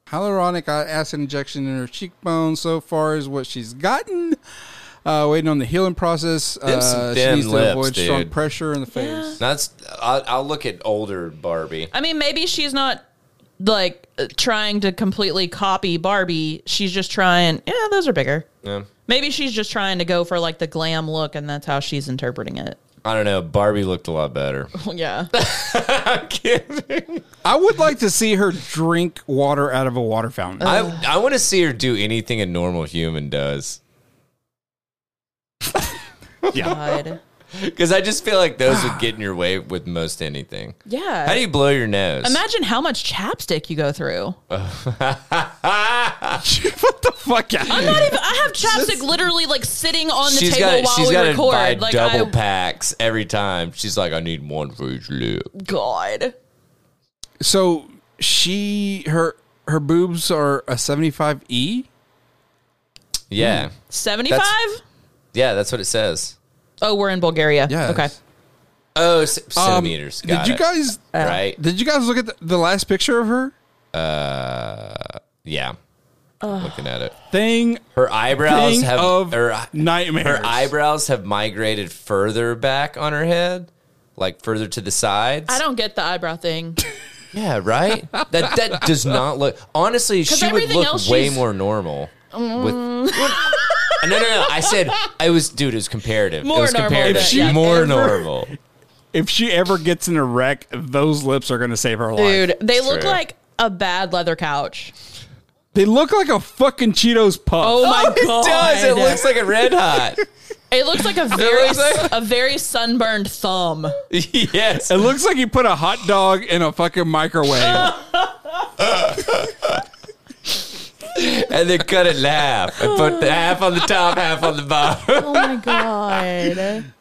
Speaker 2: hyaluronic acid injection in her cheekbone so far is what she's gotten. Uh, waiting on the healing process.
Speaker 3: some
Speaker 2: Uh, she
Speaker 3: thin
Speaker 2: needs to
Speaker 3: lips,
Speaker 2: avoid strong
Speaker 3: dude.
Speaker 2: pressure in the face.
Speaker 3: That's. I'll, I'll look at older Barbie.
Speaker 4: I mean, maybe she's not like uh, trying to completely copy Barbie. She's just trying. Yeah, those are bigger.
Speaker 3: Yeah.
Speaker 4: Maybe she's just trying to go for like the glam look, and that's how she's interpreting it.
Speaker 3: I don't know. Barbie looked a lot better.
Speaker 4: yeah.
Speaker 3: I'm kidding.
Speaker 2: I would like to see her drink water out of a water fountain.
Speaker 3: I I want to see her do anything a normal human does.
Speaker 4: Oh, God.
Speaker 3: Because I just feel like those would get in your way with most anything.
Speaker 4: Yeah.
Speaker 3: How do you blow your nose?
Speaker 4: Imagine how much chapstick you go through.
Speaker 3: Oh,
Speaker 2: what the fuck?
Speaker 4: I'm not even. I have chapstick literally like sitting on the
Speaker 3: She's
Speaker 4: table
Speaker 3: got
Speaker 4: while
Speaker 3: she's
Speaker 4: we
Speaker 3: got to
Speaker 4: record.
Speaker 3: buy
Speaker 4: like
Speaker 3: double
Speaker 4: I,
Speaker 3: packs every time. She's like, I need one for each lip.
Speaker 4: God.
Speaker 2: so she her her boobs are a E? 75e.
Speaker 4: Mm.
Speaker 3: Yeah,
Speaker 4: Seventy-five.
Speaker 3: yeah, that's what it says.
Speaker 4: Oh, we're in Bulgaria.
Speaker 2: Yes.
Speaker 4: Okay.
Speaker 3: Oh, c-
Speaker 2: Um,
Speaker 3: centimeters. Got
Speaker 2: did you
Speaker 3: it.
Speaker 2: guys
Speaker 3: right?
Speaker 2: did you guys look at the, the last picture of her
Speaker 3: yeah, looking at it.
Speaker 2: thing?
Speaker 3: Her eyebrows
Speaker 2: Thing
Speaker 3: have
Speaker 2: of
Speaker 3: her,
Speaker 2: nightmares.
Speaker 3: her eyebrows have migrated further back on her head, like further to the sides.
Speaker 4: I don't get the eyebrow thing.
Speaker 3: Yeah, right. that that does not look. Honestly, she would
Speaker 4: everything
Speaker 3: look
Speaker 4: else
Speaker 3: way
Speaker 4: she's-
Speaker 3: more normal. With No, no, no. I said I was, dude. It was comparative.
Speaker 4: More
Speaker 3: it was
Speaker 4: normal,
Speaker 3: comparative.
Speaker 2: If she yeah.
Speaker 3: more
Speaker 2: ever-
Speaker 3: normal.
Speaker 2: If she ever gets in a wreck, those lips are going to save her life.
Speaker 4: Dude, they look
Speaker 3: true.
Speaker 4: like a bad leather couch.
Speaker 2: They look like a fucking Cheetos puff.
Speaker 4: Oh my
Speaker 3: it
Speaker 4: god.
Speaker 3: does. It looks like a red hot.
Speaker 4: It looks like a very
Speaker 3: looks like-
Speaker 4: a very sunburned thumb.
Speaker 3: yes.
Speaker 2: It looks like you put a hot dog in a fucking microwave.
Speaker 3: And then cut it in half and put the half on the top, half on the bottom.
Speaker 4: Oh my god. and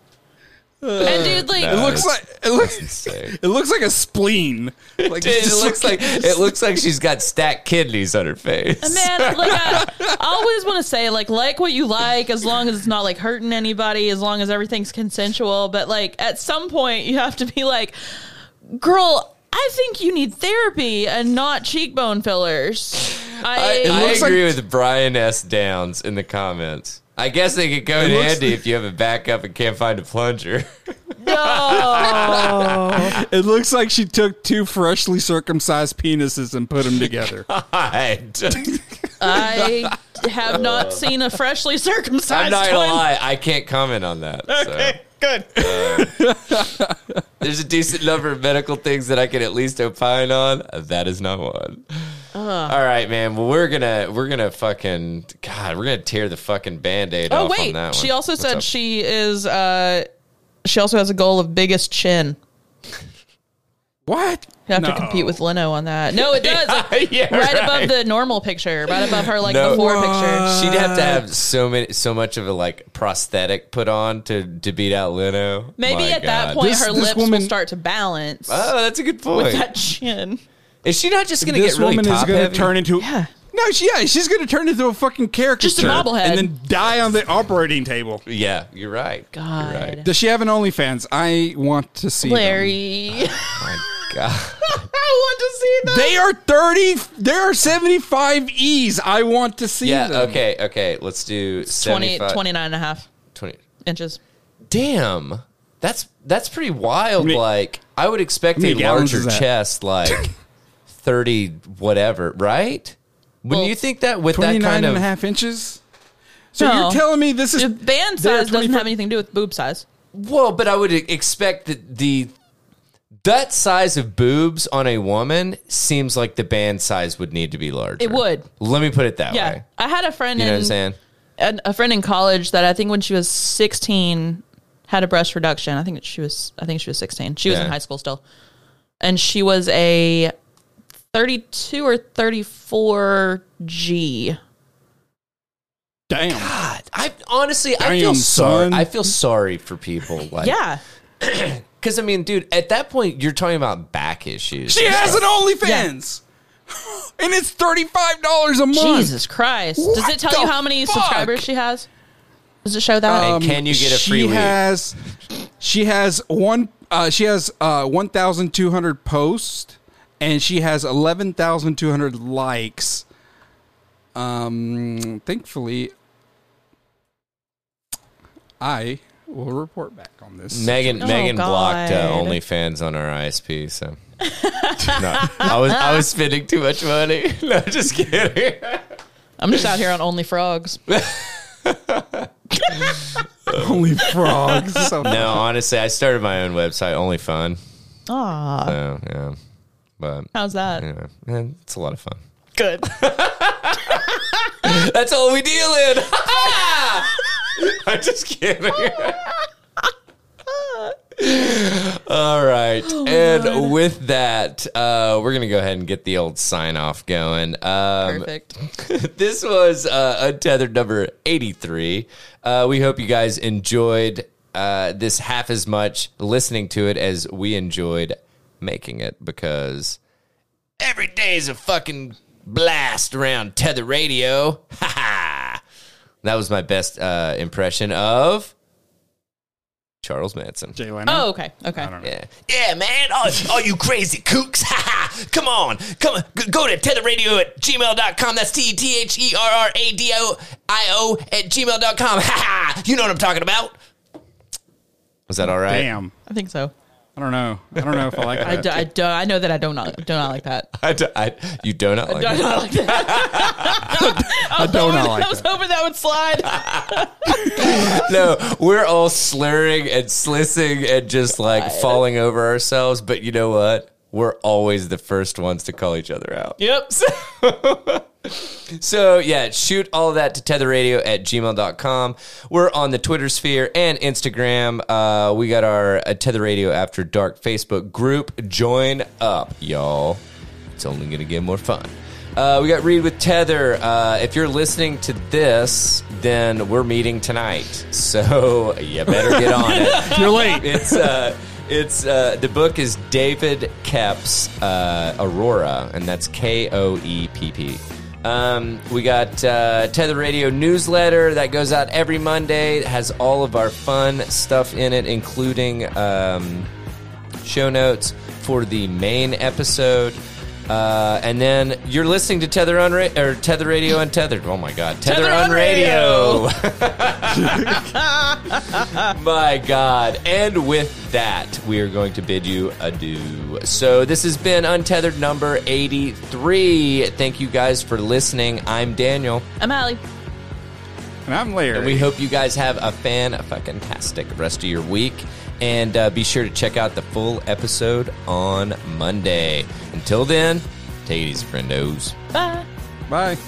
Speaker 4: dude, like
Speaker 2: It looks
Speaker 3: That's-
Speaker 2: like it looks
Speaker 3: Insane.
Speaker 2: it looks like a spleen. Like
Speaker 3: Dude, it
Speaker 2: just
Speaker 3: looks like it looks like she's got stacked kidneys on her face.
Speaker 4: man, like I, I always want to say, like, like what you like, as long as it's not like hurting anybody, as long as everything's consensual. But like at some point, you have to be like, girl, I think you need therapy and not cheekbone fillers.
Speaker 3: I, I
Speaker 4: I,
Speaker 2: looks
Speaker 3: agree
Speaker 2: like-
Speaker 3: with Brian S. Downs in the comments. I guess they could go in
Speaker 2: looks-
Speaker 3: handy if you have a backup and can't find a plunger.
Speaker 4: no.
Speaker 2: It looks like she took two freshly circumcised penises and put them together.
Speaker 3: God.
Speaker 4: I have not seen a freshly circumcised
Speaker 3: Uh, I'm not gonna
Speaker 4: one.
Speaker 3: lie, I can't comment on that. Okay, good. there's a decent number of medical things that I can at least opine on. That is not one.
Speaker 4: Uh-huh.
Speaker 3: All right, man. Well, we're gonna we're gonna fucking God, we're gonna tear the fucking band-aid off
Speaker 4: Oh
Speaker 3: on
Speaker 4: wait,
Speaker 3: that one.
Speaker 4: she also
Speaker 3: What's
Speaker 4: said
Speaker 3: up?
Speaker 4: she is. uh She also has a goal of biggest chin.
Speaker 2: What?
Speaker 4: You have
Speaker 2: No.
Speaker 4: to compete with Leno on that. No, it does.
Speaker 3: yeah,
Speaker 4: right,
Speaker 3: right.
Speaker 4: above the normal picture, right above her like
Speaker 3: No.
Speaker 4: before picture.
Speaker 3: She'd have to
Speaker 4: Uh.
Speaker 3: have so many, so much of a like prosthetic put on to to beat out Leno.
Speaker 4: Maybe
Speaker 3: My
Speaker 4: at that
Speaker 3: God.
Speaker 4: point
Speaker 2: This-
Speaker 4: her
Speaker 2: this
Speaker 4: lips
Speaker 2: woman-
Speaker 4: will start to balance
Speaker 3: Oh, that's a good point.
Speaker 4: with that chin.
Speaker 3: Is she not just going to
Speaker 2: This
Speaker 3: get really
Speaker 2: woman is
Speaker 3: top
Speaker 2: going to
Speaker 3: heavy?
Speaker 2: turn into.
Speaker 4: Yeah.
Speaker 2: No, she, yeah, she's going to turn into a fucking caricature.
Speaker 4: Just a bobblehead.
Speaker 2: And then die on the operating table.
Speaker 3: Yeah, you're right.
Speaker 4: God.
Speaker 3: You're right.
Speaker 2: Does she have an OnlyFans? I want to see. them.
Speaker 4: Larry,
Speaker 3: My God.
Speaker 4: I want to see that.
Speaker 2: They are 30. There are 75 E's. I want to see
Speaker 3: Yeah,
Speaker 2: them.
Speaker 3: okay, okay. Let's do
Speaker 4: 20,
Speaker 3: 75
Speaker 4: 29 and a half
Speaker 3: 20.
Speaker 4: inches.
Speaker 3: Damn. That's that's pretty wild.
Speaker 2: How many-
Speaker 3: like I would expect
Speaker 2: many
Speaker 3: a
Speaker 2: gallons
Speaker 3: larger
Speaker 2: is that?
Speaker 3: chest like 30 whatever, right? Wouldn't
Speaker 4: Well,
Speaker 3: you think that with that
Speaker 2: 29
Speaker 3: kind of
Speaker 2: and a half inches. So
Speaker 4: No.
Speaker 2: you're telling me this is.
Speaker 4: The band
Speaker 2: they're
Speaker 4: size doesn't
Speaker 2: 25
Speaker 4: have anything to do with boob size.
Speaker 3: Well, but I would e, expect that the that size of boobs on a woman seems like the band size would need to be larger.
Speaker 4: It would.
Speaker 3: Let me put it that
Speaker 4: Yeah,
Speaker 3: way.
Speaker 4: I had a friend
Speaker 3: Oh, You know what I'm saying?
Speaker 4: in an- a friend in college that I think when she was 16 had a breast reduction. I think she was I think she was 16. She was
Speaker 3: Yeah.
Speaker 4: in high school still. And she was a 32 or 34 G.
Speaker 2: Damn.
Speaker 3: God, I honestly I
Speaker 2: Damn,
Speaker 3: feel sorry.
Speaker 2: son.
Speaker 3: I feel sorry for people like
Speaker 4: Yeah.
Speaker 3: Because I mean, dude, at that point, you're talking about back issues.
Speaker 2: She has an OnlyFans. And it's $35 a month.
Speaker 4: Jesus Christ. Does
Speaker 2: What
Speaker 4: it tell you
Speaker 2: the
Speaker 4: how many
Speaker 2: fuck? Um,
Speaker 4: subscribers she has? Does it show that?
Speaker 3: And can you get a free
Speaker 2: she
Speaker 3: week?
Speaker 2: has she has one uh, she has uh, 1200 posts and she has 11200 likes um thankfully i will report back on this
Speaker 3: Megan
Speaker 4: Oh,
Speaker 3: Megan
Speaker 4: God.
Speaker 3: blocked uh, OnlyFans on our ISP, so no, I was I was spending too much money. No, just kidding.
Speaker 4: I'm just out here on Only Frogs.
Speaker 2: only frogs so
Speaker 3: No, honestly, I started my own website, OnlyFun.
Speaker 4: Ah,
Speaker 3: So yeah, but
Speaker 4: how's that?
Speaker 3: anyway, man, it's a lot of fun.
Speaker 4: Good.
Speaker 3: That's all we deal in. I'm just kidding. All right. and with that, uh, we're going to go ahead and get the old sign off going. Um,
Speaker 4: Perfect.
Speaker 3: this was uh, Untethered number 83. Uh, we hope you guys enjoyed uh, this half as much listening to it as we enjoyed making it because every day is a fucking blast around Tether Radio. Ha ha! That was my best uh, impression of Charles Manson.
Speaker 2: jay Leno.
Speaker 4: Oh, okay. Okay.
Speaker 3: Yeah, yeah, man. All, all you crazy kooks. Ha ha. Come on. Come on. G- Go to tetherradio at gmail.com. That's T T H E R R A D O I O at gmail.com. Ha ha. You know what I'm talking about. Was that all right?
Speaker 2: damn
Speaker 4: I think so.
Speaker 2: I don't know. I don't know if I like
Speaker 4: I,
Speaker 2: that.
Speaker 4: do, I don't. I know that I don't not do not like that.
Speaker 3: I, do- I, you don't like
Speaker 4: Do I
Speaker 3: it.
Speaker 4: not like that?
Speaker 2: I do not like
Speaker 4: I was
Speaker 2: that.
Speaker 4: hoping that would slide.
Speaker 3: No, we're all slurring and slissing and just like falling over ourselves. But you know what? We're always the first ones to call each other out.
Speaker 4: yep.
Speaker 3: So, yeah, shoot all that to tetherradio at gmail.com. We're on the Twitter sphere and Instagram. Uh, we got our uh, Tether Radio After Dark Facebook group. Join up, y'all. It's only going to get more fun. Uh, we got Read with Tether. Uh, if you're listening to this, then we're meeting tonight. So, you better get on it.
Speaker 2: You're late.
Speaker 3: It's uh, it's uh, the book is David Kep's uh, Aurora, and that's K O E P P. Um, we got uh, Tether Radio newsletter that goes out every Monday. It has all of our fun stuff in it, including um, show notes for the main episode. Uh, and then you're listening to Tether on Ra- or Tether Radio Untethered. Oh my God, Tether,
Speaker 4: Tether
Speaker 3: on
Speaker 4: on Radio.
Speaker 3: radio. My God. And with that, we are going to bid you adieu. So, this has been Untethered number 83. Thank you guys for listening. I'm Daniel,
Speaker 4: I'm Allie.
Speaker 2: And I'm Larry.
Speaker 3: and we hope you guys have a fan fucking tastic rest of your week. And uh, be sure to check out the full episode on Monday. Until then, take it easy, friendos.
Speaker 4: Bye.
Speaker 2: Bye.